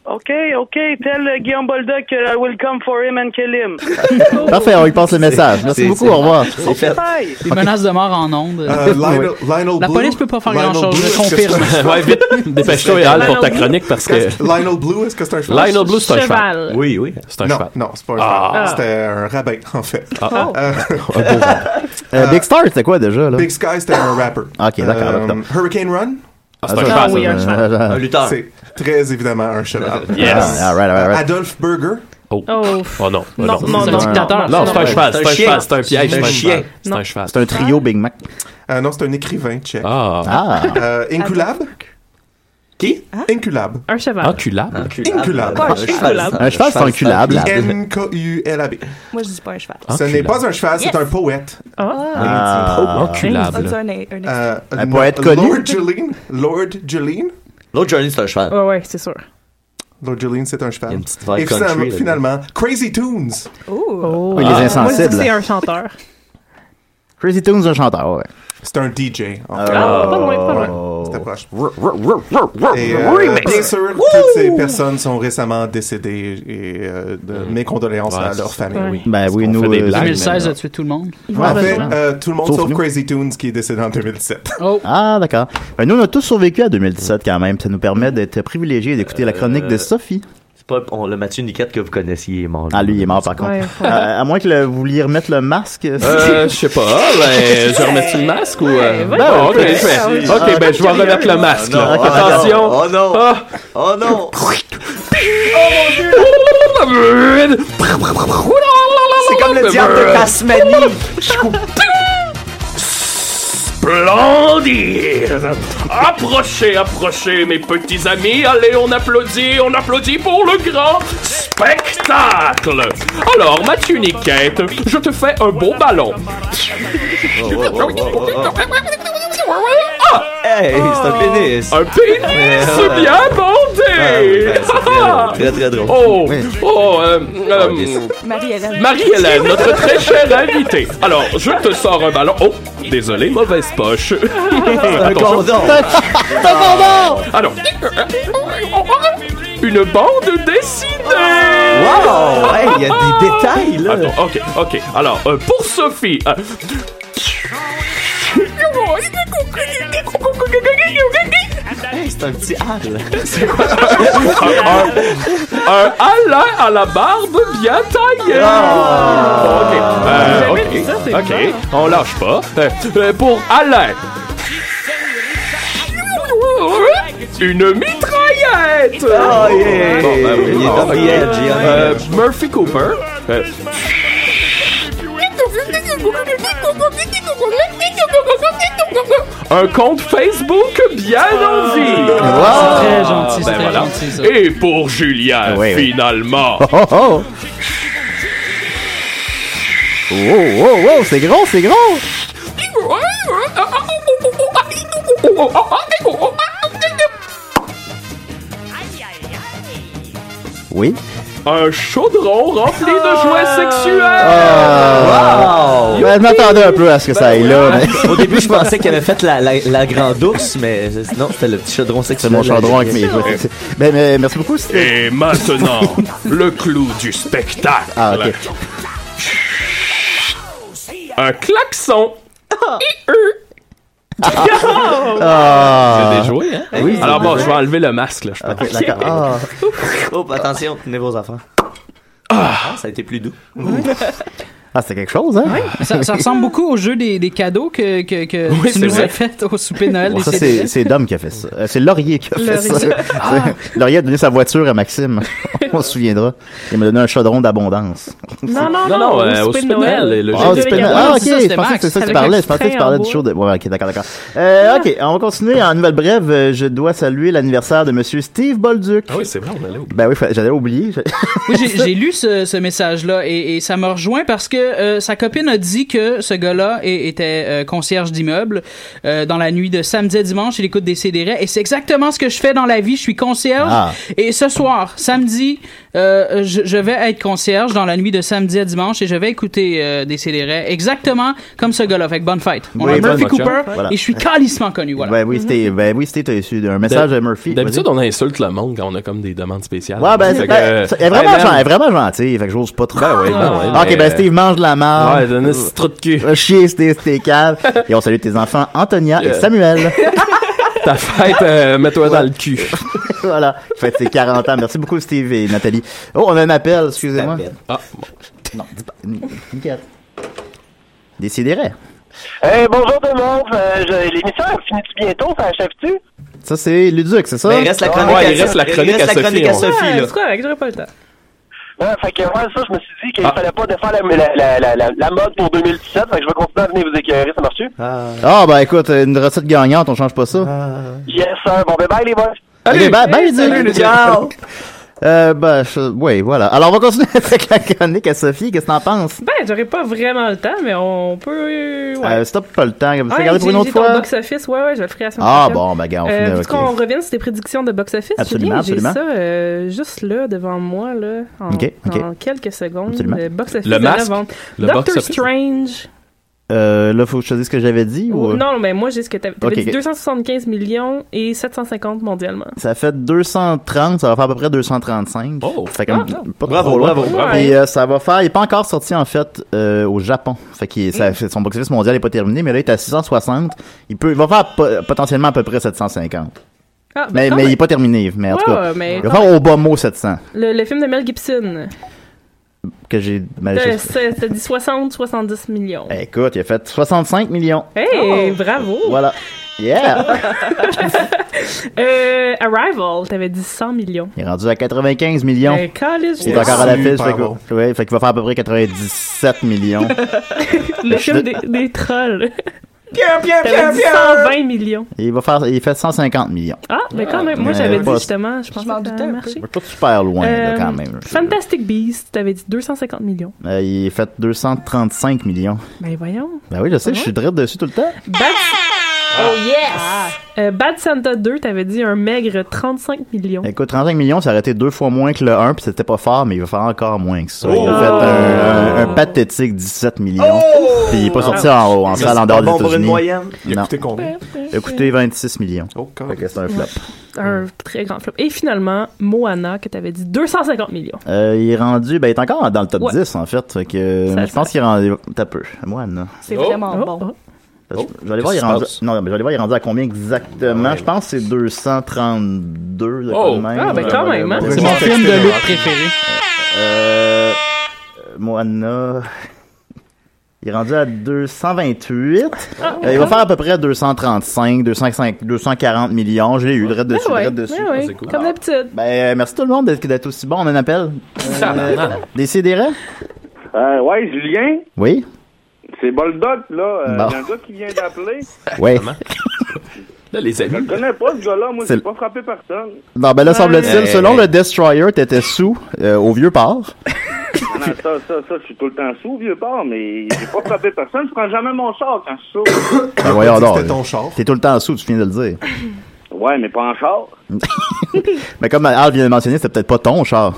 Speaker 17: Okay, okay. Tell uh, Guillaume Bolduc uh, I will come for him and kill him.
Speaker 5: Parfait, on lui passe le message. Merci
Speaker 6: c'est-
Speaker 5: beaucoup,
Speaker 6: c'est-
Speaker 5: au revoir.
Speaker 6: c'est fait.
Speaker 17: Bye.
Speaker 14: Des menaces de mort en ondes.
Speaker 11: Euh, Lionel- Lionel
Speaker 14: La
Speaker 11: Blue-
Speaker 14: police peut pas faire
Speaker 11: Lionel
Speaker 14: grand-chose,
Speaker 11: Blue,
Speaker 14: je
Speaker 11: est-ce que
Speaker 14: confirme.
Speaker 11: c'est un-
Speaker 7: Ouais, vite, dépêche-toi,
Speaker 11: Est-ce que-
Speaker 7: Al, pour ta
Speaker 11: Lionel
Speaker 7: chronique,
Speaker 11: Blue?
Speaker 7: parce
Speaker 11: Est-ce
Speaker 7: que-
Speaker 11: Lionel Blue, est-ce que c'est un cheval?
Speaker 7: Lionel Blue, c'est un cheval.
Speaker 8: Cheval.
Speaker 7: Oui, oui. C'est un
Speaker 11: non,
Speaker 7: cheval.
Speaker 11: Non, c'est pas un
Speaker 7: Ah.
Speaker 11: cheval.
Speaker 7: Ah.
Speaker 11: C'était un rabbin, en fait. Euh,
Speaker 5: Euh, Big Star, c'était quoi déjà, là?
Speaker 11: Big Sky, c'était un rapper.
Speaker 5: Ah, Ok, d'accord,
Speaker 11: Euh,
Speaker 5: d'accord.
Speaker 11: Hurricane Run?
Speaker 7: Ah, c'est un cheval, ça.
Speaker 5: Un
Speaker 6: lutteur.
Speaker 11: C'est très évidemment un cheval.
Speaker 7: Yes.
Speaker 5: Ah, all right, all right.
Speaker 11: Adolf Burger?
Speaker 7: Oh.
Speaker 8: Oh.
Speaker 7: Oh non. oh
Speaker 8: Non, non,
Speaker 7: C'est
Speaker 8: non,
Speaker 7: un
Speaker 8: non,
Speaker 7: dictateur. Non, c'est
Speaker 8: non.
Speaker 7: un cheval. C'est un
Speaker 6: chien.
Speaker 7: cheval. C'est un piège.
Speaker 6: C'est un
Speaker 7: C'est un
Speaker 6: chien.
Speaker 7: cheval. C'est un cheval.
Speaker 5: C'est un trio Big Mac.
Speaker 11: Euh, non, c'est un écrivain tchèque.
Speaker 7: Ah.
Speaker 5: Ah!
Speaker 11: Euh, Inculab?
Speaker 6: Qui?
Speaker 11: Inculab.
Speaker 8: Un cheval.
Speaker 7: Inculable.
Speaker 11: Inculab.
Speaker 10: Pas un
Speaker 6: cheval.
Speaker 5: Un cheval, c'est un culable.
Speaker 11: N-K-U-L-A-B.
Speaker 10: Moi, je dis pas un cheval.
Speaker 7: Ah,
Speaker 11: Ce n'est pas un cheval, c'est un poète.
Speaker 5: Ah.
Speaker 10: Ah,
Speaker 7: Inculable.
Speaker 10: c'est un, un-
Speaker 11: Euh,
Speaker 5: Un
Speaker 11: non,
Speaker 5: poète connu?
Speaker 11: Lord Jolene. Lord Jolene.
Speaker 6: L'autre journée, c'est un cheval.
Speaker 8: Ouais, Ah ouais, c'est sûr.
Speaker 11: Lord Jolene, c'est un
Speaker 6: Il y a
Speaker 11: cheval.
Speaker 6: une petite vibe
Speaker 11: Et
Speaker 6: country,
Speaker 11: finalement,
Speaker 6: là-dedans.
Speaker 11: finalement, Crazy Tunes.
Speaker 8: Oh. Moi,
Speaker 5: Oui, les
Speaker 8: je dis que
Speaker 5: insensibles.
Speaker 8: c'est un chanteur.
Speaker 5: Crazy Tunes, un chanteur, ouais.
Speaker 11: C'est un DJ. En fait.
Speaker 8: Ah, pas loin, pas loin.
Speaker 5: Oh.
Speaker 11: C'était proche. Et, euh, bien sûr, toutes ces personnes sont récemment décédées et euh, de- mes condoléances
Speaker 7: Ouais,
Speaker 11: à leur famille.
Speaker 8: ouais.
Speaker 5: Ben oui,
Speaker 7: qu'on
Speaker 5: nous.
Speaker 7: fait des
Speaker 5: euh,
Speaker 7: blagues,
Speaker 14: 2016 a tué tout le monde.
Speaker 11: En
Speaker 5: Ouais,
Speaker 11: fait,
Speaker 5: vraiment.
Speaker 11: euh, tout le monde
Speaker 5: Sauf
Speaker 11: sauf,
Speaker 5: nous.
Speaker 11: Crazy Tunes qui est décédé en 2007.
Speaker 14: Oh.
Speaker 5: Ah, d'accord. Ben, nous, on a tous survécu à 2017 quand même. Ça nous permet d'être privilégiés et d'écouter la chronique
Speaker 11: Euh.
Speaker 5: de Sophie.
Speaker 6: C'est pas on, le Mathieu Niquette que vous connaissiez, il est mort.
Speaker 5: Ah, lui, il est mort par contre.
Speaker 8: Ouais,
Speaker 5: Euh, à moins que le- vous vouliez remettre le masque.
Speaker 7: Euh, je sais pas, ben, je remets le masque ou... euh,
Speaker 8: Ouais, Ah,
Speaker 7: bon, ok,
Speaker 5: ouais,
Speaker 7: je vais-
Speaker 5: ouais,
Speaker 7: ok, ben, je vais remettre le masque,
Speaker 6: non,
Speaker 7: là.
Speaker 6: oh,
Speaker 7: Attention!
Speaker 6: non, oh, non.
Speaker 7: Ah.
Speaker 6: Oh non!
Speaker 7: C'est
Speaker 6: comme
Speaker 16: Oh,
Speaker 6: le diable de Tasmanie!
Speaker 7: Splendide! Approchez, approchez, mes petits amis. Allez, on applaudit, on applaudit pour le grand spectacle. Alors, Mathieu Niquette, je te fais un beau ballon. Ah,
Speaker 6: Hey, c'est un pénis!
Speaker 7: un pénis
Speaker 6: Ah,
Speaker 7: bien bandé! Ah,
Speaker 6: Ouais, ouais, Ah, ben, c'est très drôle, très, très drôle. Ah,
Speaker 7: Oh, oh, euh, euh,
Speaker 10: Marie-Hélène.
Speaker 7: Marie-Hélène, notre très chère invitée. Alors, je te sors un ballon. Oh, désolé, mauvaise poche.
Speaker 6: Un
Speaker 7: Attention.
Speaker 6: condom!
Speaker 7: Alors, une bande dessinée.
Speaker 6: Wow! Oh, Hey, il y a des détails, là!
Speaker 7: Attends, Ah, ok, ok. Alors, euh, pour Sophie. euh,
Speaker 6: Hey, c'est un petit hal!
Speaker 7: un, un Alain à la barbe bien taillée.
Speaker 6: Ah.
Speaker 7: Ok, euh,
Speaker 8: J'ai jamais
Speaker 7: ok,
Speaker 8: vu ça, c'est
Speaker 7: ok.
Speaker 8: bizarre.
Speaker 7: On lâche pas. Euh, euh, pour Alain. Une mitraillette.
Speaker 6: Oh yeah!
Speaker 7: Bon, ben oui,
Speaker 6: Il est
Speaker 7: bon.
Speaker 6: dans the edge, il est on the
Speaker 7: Euh,
Speaker 6: edge.
Speaker 7: Murphy Cooper. Euh, un compte Facebook bien en vie.
Speaker 5: Wow! Ah,
Speaker 14: Très gentil, c'est
Speaker 7: Ben
Speaker 14: très
Speaker 7: voilà.
Speaker 14: gentil, ça.
Speaker 7: Et pour Julien,
Speaker 5: Oui, oui.
Speaker 7: finalement.
Speaker 5: Oh, oh, oh! Oh, oh, oh, c'est gros, c'est gros! Oui.
Speaker 7: Un chaudron rempli de jouets sexuels.
Speaker 6: Wow!
Speaker 5: Euh, Ben, je m'attendais un peu à ce que ça aille là, mais.
Speaker 6: Ben, Au début, je pensais qu'il avait fait la, la, la grande ours, mais euh, non, c'était le petit chaudron
Speaker 5: C'est
Speaker 6: sexuel.
Speaker 5: mon chandron avec mes jouets. Ben, mais merci beaucoup. c'était-
Speaker 7: Et maintenant, le clou du spectacle.
Speaker 5: Ah, ok.
Speaker 7: Un klaxon.
Speaker 6: Ah.
Speaker 5: Ah.
Speaker 7: C'est déjoué, hein?
Speaker 6: Oui,
Speaker 7: Alors
Speaker 6: c'est
Speaker 7: bon,
Speaker 6: déjoué.
Speaker 7: je vais enlever le masque, là, je pense.
Speaker 6: Ok, d'accord. Ah. Oups, attention, tenez vos enfants. Ah, ça a été plus doux.
Speaker 5: Ah, c'est quelque chose, hein?
Speaker 14: Ça, ça ressemble beaucoup au jeu des, des cadeaux que, que, que
Speaker 5: Oui,
Speaker 14: tu
Speaker 5: c'est
Speaker 14: nous
Speaker 5: vrai.
Speaker 14: as fait au souper de Noël.
Speaker 5: Bon,
Speaker 14: des
Speaker 5: ça,
Speaker 14: CDS.
Speaker 5: c'est c'est Dom qui a fait ça. Euh, C'est Laurier qui a fait
Speaker 14: Laurier.
Speaker 5: ça.
Speaker 14: Ah.
Speaker 5: Laurier a donné sa voiture à Maxime. On se souviendra. Il m'a donné un chaudron d'abondance.
Speaker 8: Non, non,
Speaker 7: Non,
Speaker 8: non,
Speaker 7: non, euh, au
Speaker 8: souper de
Speaker 7: souper de Noël,
Speaker 8: Noël.
Speaker 7: le- le-
Speaker 5: Ah,
Speaker 7: jeu
Speaker 5: du
Speaker 7: de
Speaker 5: Pena-
Speaker 7: Pena-
Speaker 5: ah,
Speaker 7: Ah,
Speaker 5: ok,
Speaker 7: ça, c'était
Speaker 5: je pensais que
Speaker 7: Max,
Speaker 5: c'est ça que tu
Speaker 7: avec
Speaker 5: parlais.
Speaker 7: un
Speaker 5: Je pensais que tu
Speaker 7: train
Speaker 5: parlais
Speaker 7: en
Speaker 5: du show de. Ouais, ok, d'accord, d'accord. Euh, ok, on va continuer en nouvelle brève. Euh, Je dois saluer l'anniversaire de monsieur Steve Bolduc.
Speaker 7: Ah oui, c'est vrai, on allait au
Speaker 5: Ben oui, fa- j'allais oublier. Je-
Speaker 14: Oui, j'ai- j'ai lu ce, ce message-là et, et ça me rejoint parce que euh, sa copine a dit que ce gars-là é- était euh, concierge d'immeuble euh, dans la nuit de samedi à dimanche. Il écoute des CDR et c'est exactement ce que je fais dans la vie. Je suis concierge
Speaker 5: Ah.
Speaker 14: et ce soir, samedi, euh, je, je vais être concierge dans la nuit de samedi à dimanche et je vais écouter euh, des CDR exactement comme ce gars-là. Fait que bonne fête. On
Speaker 5: Oui,
Speaker 14: a
Speaker 5: bonne
Speaker 14: Murphy
Speaker 5: fête.
Speaker 14: Cooper
Speaker 5: Voilà.
Speaker 14: et je suis calissement connu. Voilà.
Speaker 5: Ben oui, c'était ben oui, c'était issu d'un message
Speaker 7: Ben,
Speaker 5: à Murphy.
Speaker 7: D'habitude, on insulte le monde quand on a comme des demandes spéciales.
Speaker 5: Ouais, ben,
Speaker 7: Fait
Speaker 5: c'est-
Speaker 7: que,
Speaker 5: ben, c'est- elle est vraiment,
Speaker 7: hey, man.
Speaker 5: gen- elle est vraiment gentille, fait que j'ose pas trop. Ben
Speaker 7: oui, ben oui,
Speaker 5: ok,
Speaker 7: mais-
Speaker 5: ben Steve mange de la marde.
Speaker 7: Ouais, donne un petit trou de cul.
Speaker 5: Va Chier, c'était c'était cave. Et on salue tes enfants, Antonia et
Speaker 6: Euh,
Speaker 7: Yeah.
Speaker 5: Ah, Samuel.
Speaker 7: Ta fête, euh, mets-toi dans le cul.
Speaker 5: voilà. Faites tes 40 ans. Merci beaucoup, Steve et Nathalie. Oh, on a un appel, excusez-moi.
Speaker 7: Ah,
Speaker 5: Non, dis pas. Nickel. Décidérez.
Speaker 16: Hey, bonjour tout le monde. Euh, je- L'émission elle finit-tu bientôt? Ça achève-tu?
Speaker 5: Ça, c'est Luduc, c'est ça?
Speaker 16: Mais Ben, il reste la chronique
Speaker 7: Ouais, il reste la chronique à Sophie. on-
Speaker 16: Sophie, là.
Speaker 8: C'est correct, j'aurais pas le temps.
Speaker 16: Ouais, fait que, ouais, ça, je me suis dit qu'il
Speaker 7: Ah.
Speaker 16: fallait pas défaire la, la, la, la, la, la mode pour 2017. Fait que je vais continuer à venir vous éclairer. Ça marche-tu?
Speaker 5: Ah, ben écoute, une recette gagnante, on change pas ça.
Speaker 16: Yes, sir. Bon, bye bye, les boys.
Speaker 5: Allez, bye, bye, Luduc.
Speaker 16: Salut, Luduc. Ciao.
Speaker 5: Euh, ben, je- oui, voilà. Alors, on va continuer avec la chronique à Sophie. Qu'est-ce que t'en penses?
Speaker 8: Ben, j'aurais pas vraiment le temps, mais on peut. Ouais.
Speaker 5: Euh, stop, pas le temps. Vous
Speaker 8: Ouais,
Speaker 5: regardez pour
Speaker 8: j'ai-
Speaker 5: une autre
Speaker 8: j'ai ton
Speaker 5: fois?
Speaker 8: box-office, ouais, ouais, je vais le ferai la semaine
Speaker 5: Ah,
Speaker 8: prochaine.
Speaker 5: bon, ben, gars, on
Speaker 8: euh,
Speaker 5: finit,
Speaker 8: puis
Speaker 5: ok.
Speaker 8: qu'on revient sur tes prédictions de box-office, Julien,
Speaker 5: Absolument,
Speaker 8: j'ai
Speaker 5: absolument.
Speaker 8: ça euh, juste là, devant moi, là, en,
Speaker 5: Ok, ok.
Speaker 8: en quelques secondes.
Speaker 5: Absolument.
Speaker 8: Le box-office
Speaker 5: Le
Speaker 8: de
Speaker 5: masque,
Speaker 8: novembre.
Speaker 5: le
Speaker 8: Doctor
Speaker 5: box-office.
Speaker 8: Strange.
Speaker 5: Euh, là, faut que je te dise ce que j'avais dit ou.
Speaker 8: Non, mais moi, j'ai ce que t'avais t'avais
Speaker 5: Ok,
Speaker 8: dit
Speaker 5: ok.
Speaker 8: 275 millions et 750 mondialement.
Speaker 5: Ça fait 230, ça va faire à peu près 235. Fait comme,
Speaker 8: Ah.
Speaker 5: pas
Speaker 6: Bravo,
Speaker 5: trop loin.
Speaker 6: bravo, bravo.
Speaker 5: Et euh, ça va faire, il est pas encore sorti en fait euh, au Japon. Fait que
Speaker 8: Mm.
Speaker 5: son box-office mondial est pas terminé, mais là il est à 660. Il peut, il va faire po- potentiellement à peu près 750.
Speaker 8: Ah, ben,
Speaker 5: mais
Speaker 8: quand
Speaker 5: mais
Speaker 8: même.
Speaker 5: il est pas terminé. Mais en
Speaker 8: Ouais,
Speaker 5: tout cas,
Speaker 8: ouais, mais
Speaker 5: il va
Speaker 8: quand
Speaker 5: faire au bas mot 700
Speaker 8: Le, le film de Mel Gibson.
Speaker 5: que j'ai. mal-
Speaker 8: Euh,
Speaker 5: j'ai-
Speaker 8: c'est- T'as dit 60-70 millions.
Speaker 5: Écoute, il a fait 65 millions.
Speaker 8: Hey, bravo!
Speaker 5: Voilà. Oh. Yeah.
Speaker 8: Euh, Arrival, t'avais dit 100 millions.
Speaker 5: Il est rendu à 95 millions.
Speaker 8: Ben, câlisse.
Speaker 5: il est encore à la
Speaker 8: Super
Speaker 5: fiche. Fait, que-
Speaker 8: bon.
Speaker 5: ouais, fait qu'il va faire à peu près 97 millions.
Speaker 8: Le film des, des trolls.
Speaker 16: Pierre, Pierre,
Speaker 8: T'avais dit
Speaker 16: Pierre,
Speaker 8: 120 millions.
Speaker 5: Et il va faire, il fait 150 millions.
Speaker 8: Ah, mais quand même, moi
Speaker 5: Mais
Speaker 8: j'avais dit
Speaker 5: pas-
Speaker 8: justement, je pense que ça a marché.
Speaker 5: Il est pas super loin, là,
Speaker 8: Euh,
Speaker 5: quand même.
Speaker 8: Fantastic Beast, t'avais dit 250 millions.
Speaker 5: Euh, il a fait 235 millions.
Speaker 8: Ben voyons.
Speaker 5: Ben oui, je sais, je suis direct dessus tout le temps.
Speaker 8: Bad... Oh yes! Bad Santa 2, t'avais dit un maigre 35 millions.
Speaker 5: Écoute, 35 millions, ça aurait été deux fois moins que le 1, puis c'était pas fort, mais il va faire encore moins que ça. Il
Speaker 6: Oh!
Speaker 5: a fait un, un- un pathétique 17 millions, puis il est pas sorti en haut, en
Speaker 6: Ça,
Speaker 5: salle
Speaker 6: Oh! Ah! c'est
Speaker 5: en dehors
Speaker 6: pas
Speaker 5: des
Speaker 6: bon pour une
Speaker 5: États-Unis.
Speaker 6: moyenne.
Speaker 11: Il a
Speaker 5: Non.
Speaker 11: coûté combien?
Speaker 5: Il a coûté 26 millions.
Speaker 6: Oh,
Speaker 5: Fait que c'est un flop.
Speaker 8: Un très grand flop. Et finalement, Moana, que t'avais dit 250 millions.
Speaker 5: Euh, il est rendu, ben il est encore dans le top
Speaker 8: Ouais.
Speaker 5: 10 en fait, fait que euh,
Speaker 8: Ça,
Speaker 5: je pense qu'il est rendu, t'as peu, moi non.
Speaker 10: C'est vraiment bon.
Speaker 5: Je vais aller voir, il est
Speaker 10: Qu'est-ce
Speaker 5: Oh. rendu,
Speaker 10: qui se
Speaker 5: non, mais je vais aller voir, il est rendu à combien exactement. je pense que c'est 232. de
Speaker 8: Oh.
Speaker 5: quand même.
Speaker 8: Ah, ben, quand même, hein.
Speaker 5: Ouais,
Speaker 8: C'est
Speaker 5: ouais,
Speaker 8: mon
Speaker 5: ouais.
Speaker 8: film de lutte
Speaker 14: préféré.
Speaker 5: Euh, Moana. Il est rendu à 228.
Speaker 8: Ah,
Speaker 5: Euh, il va
Speaker 8: quand
Speaker 5: faire à peu près 235, 205, 240 millions. Je l'ai eu, direct dessus,
Speaker 8: Ah ouais,
Speaker 5: direct dessus.
Speaker 8: ah ouais, comme d'habitude.
Speaker 5: Ben, euh, merci tout le monde d'être d'être aussi bon. On en appelle.
Speaker 19: Tabarnak.
Speaker 5: Des sidérés?
Speaker 19: Euh, ouais, Julien,
Speaker 5: Oui?
Speaker 19: c'est Boldoc, là. Euh, Il
Speaker 5: Bon.
Speaker 19: y a un gars qui vient d'appeler.
Speaker 5: Ouais.
Speaker 7: Là, les
Speaker 19: Je le
Speaker 7: amis.
Speaker 19: connais pas, ce gars-là. Moi,
Speaker 5: C'est
Speaker 19: j'ai
Speaker 5: le-
Speaker 19: pas frappé personne.
Speaker 5: Non, ben là, semble-t-il,
Speaker 19: Hey.
Speaker 5: selon le Destroyer, t'étais sous euh, au vieux port.
Speaker 19: Non, Ah, non, ça, ça, ça, je suis tout le temps sous, vieux port, mais j'ai pas frappé personne. Je prends jamais mon char quand je suis sous.
Speaker 5: Ben, voyons donc.
Speaker 19: C'était ton char.
Speaker 5: T'es tout le temps sous, tu viens de le dire.
Speaker 19: Ouais, mais pas en char.
Speaker 5: Mais comme Al vient de mentionner, c'était peut-être pas ton char.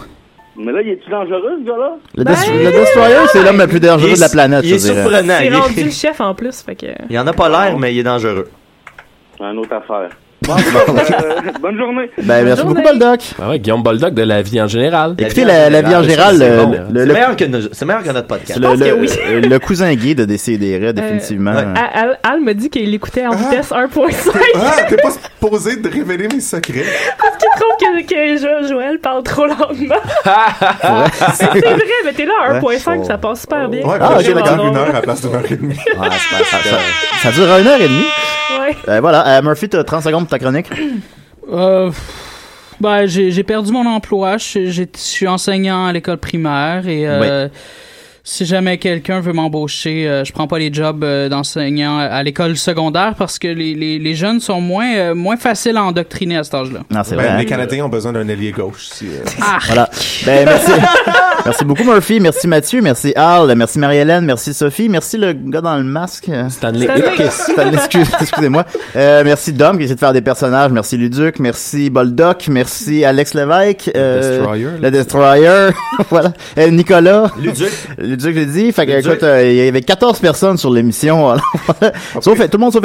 Speaker 19: Mais là, il est-tu dangereux, ce gars-là?
Speaker 5: Le, Des- le Destroyer, c'est l'homme le plus dangereux de la planète, je dirais.
Speaker 6: surprenant,
Speaker 8: Ben, C'est
Speaker 6: il est-
Speaker 8: rendu le chef en plus, fait que...
Speaker 6: Il en a pas l'air, mais il est dangereux.
Speaker 19: C'est une autre affaire.
Speaker 3: Bon, bon, euh, bonne journée.
Speaker 5: Ben, merci beaucoup, Boldoc.
Speaker 7: Ah ouais, Guillaume Boldoc de La vie en général.
Speaker 5: Écoutez, La- La vie en général,
Speaker 6: c'est
Speaker 5: le-
Speaker 6: bon.
Speaker 5: le-
Speaker 6: C'est
Speaker 5: le-
Speaker 6: meilleur, que nos- c'est meilleur que notre podcast.
Speaker 5: Le, le- euh, le cousin gay de Décideret, définitivement.
Speaker 8: Euh, Al, Al me dit qu'il écoutait en vitesse 1.5.
Speaker 11: Ah, t'es pas
Speaker 8: euh,
Speaker 11: supposé de révéler mes secrets.
Speaker 8: Parce qu'il trouve que, que Jo- Joël parle trop lentement. Mais c'est
Speaker 11: Ben,
Speaker 8: vrai, mais t'es là à
Speaker 5: Ah. Ouais.
Speaker 8: 1.5, ça passe super bien.
Speaker 5: Ouais, Oh. Ah, ok,
Speaker 8: Vraiment
Speaker 5: d'accord.
Speaker 8: drôle.
Speaker 11: Une heure à la place d'une heure et demie.
Speaker 5: Ah, ça, ça dure une heure et demie.
Speaker 8: Ouais.
Speaker 5: Euh, voilà, Euh, Murphy, t'as 30 secondes pour ta chronique.
Speaker 14: Euh, pff, ben, j'ai j'ai perdu mon emploi. Je suis- j'ai- je suis enseignant à l'école primaire et euh, si jamais quelqu'un veut m'embaucher, euh, je prends pas les jobs euh, d'enseignant à- à l'école secondaire parce que les, les, les jeunes sont moins, euh, moins faciles à endoctriner à cet âge-là.
Speaker 11: Ben, Les Canadiens ont besoin d'un allié gauche. si, euh,
Speaker 8: Ah.
Speaker 5: Voilà. Ben, merci. merci beaucoup, Murphy. Merci, Mathieu. Merci, Al. Merci, Marie-Hélène. Merci, Sophie. Merci, le gars dans le masque.
Speaker 7: Stanley
Speaker 5: Stanley.
Speaker 7: Hipkiss.
Speaker 5: Stanley, excuse- excusez-moi. Euh, merci, Dom, qui essaie de faire des personnages. Merci, Luduc. Merci, Boldoc. Merci, Alex Lévesque. euh,
Speaker 11: Destroyer,
Speaker 5: Le Destroyer. voilà. Euh, Nicolas.
Speaker 6: Luduc.
Speaker 5: Luduc, j'ai dit. Fait que,
Speaker 6: Luduc.
Speaker 5: écoute, euh, il y avait 14 personnes sur l'émission. Alors, voilà. Sauf, tout le monde sauf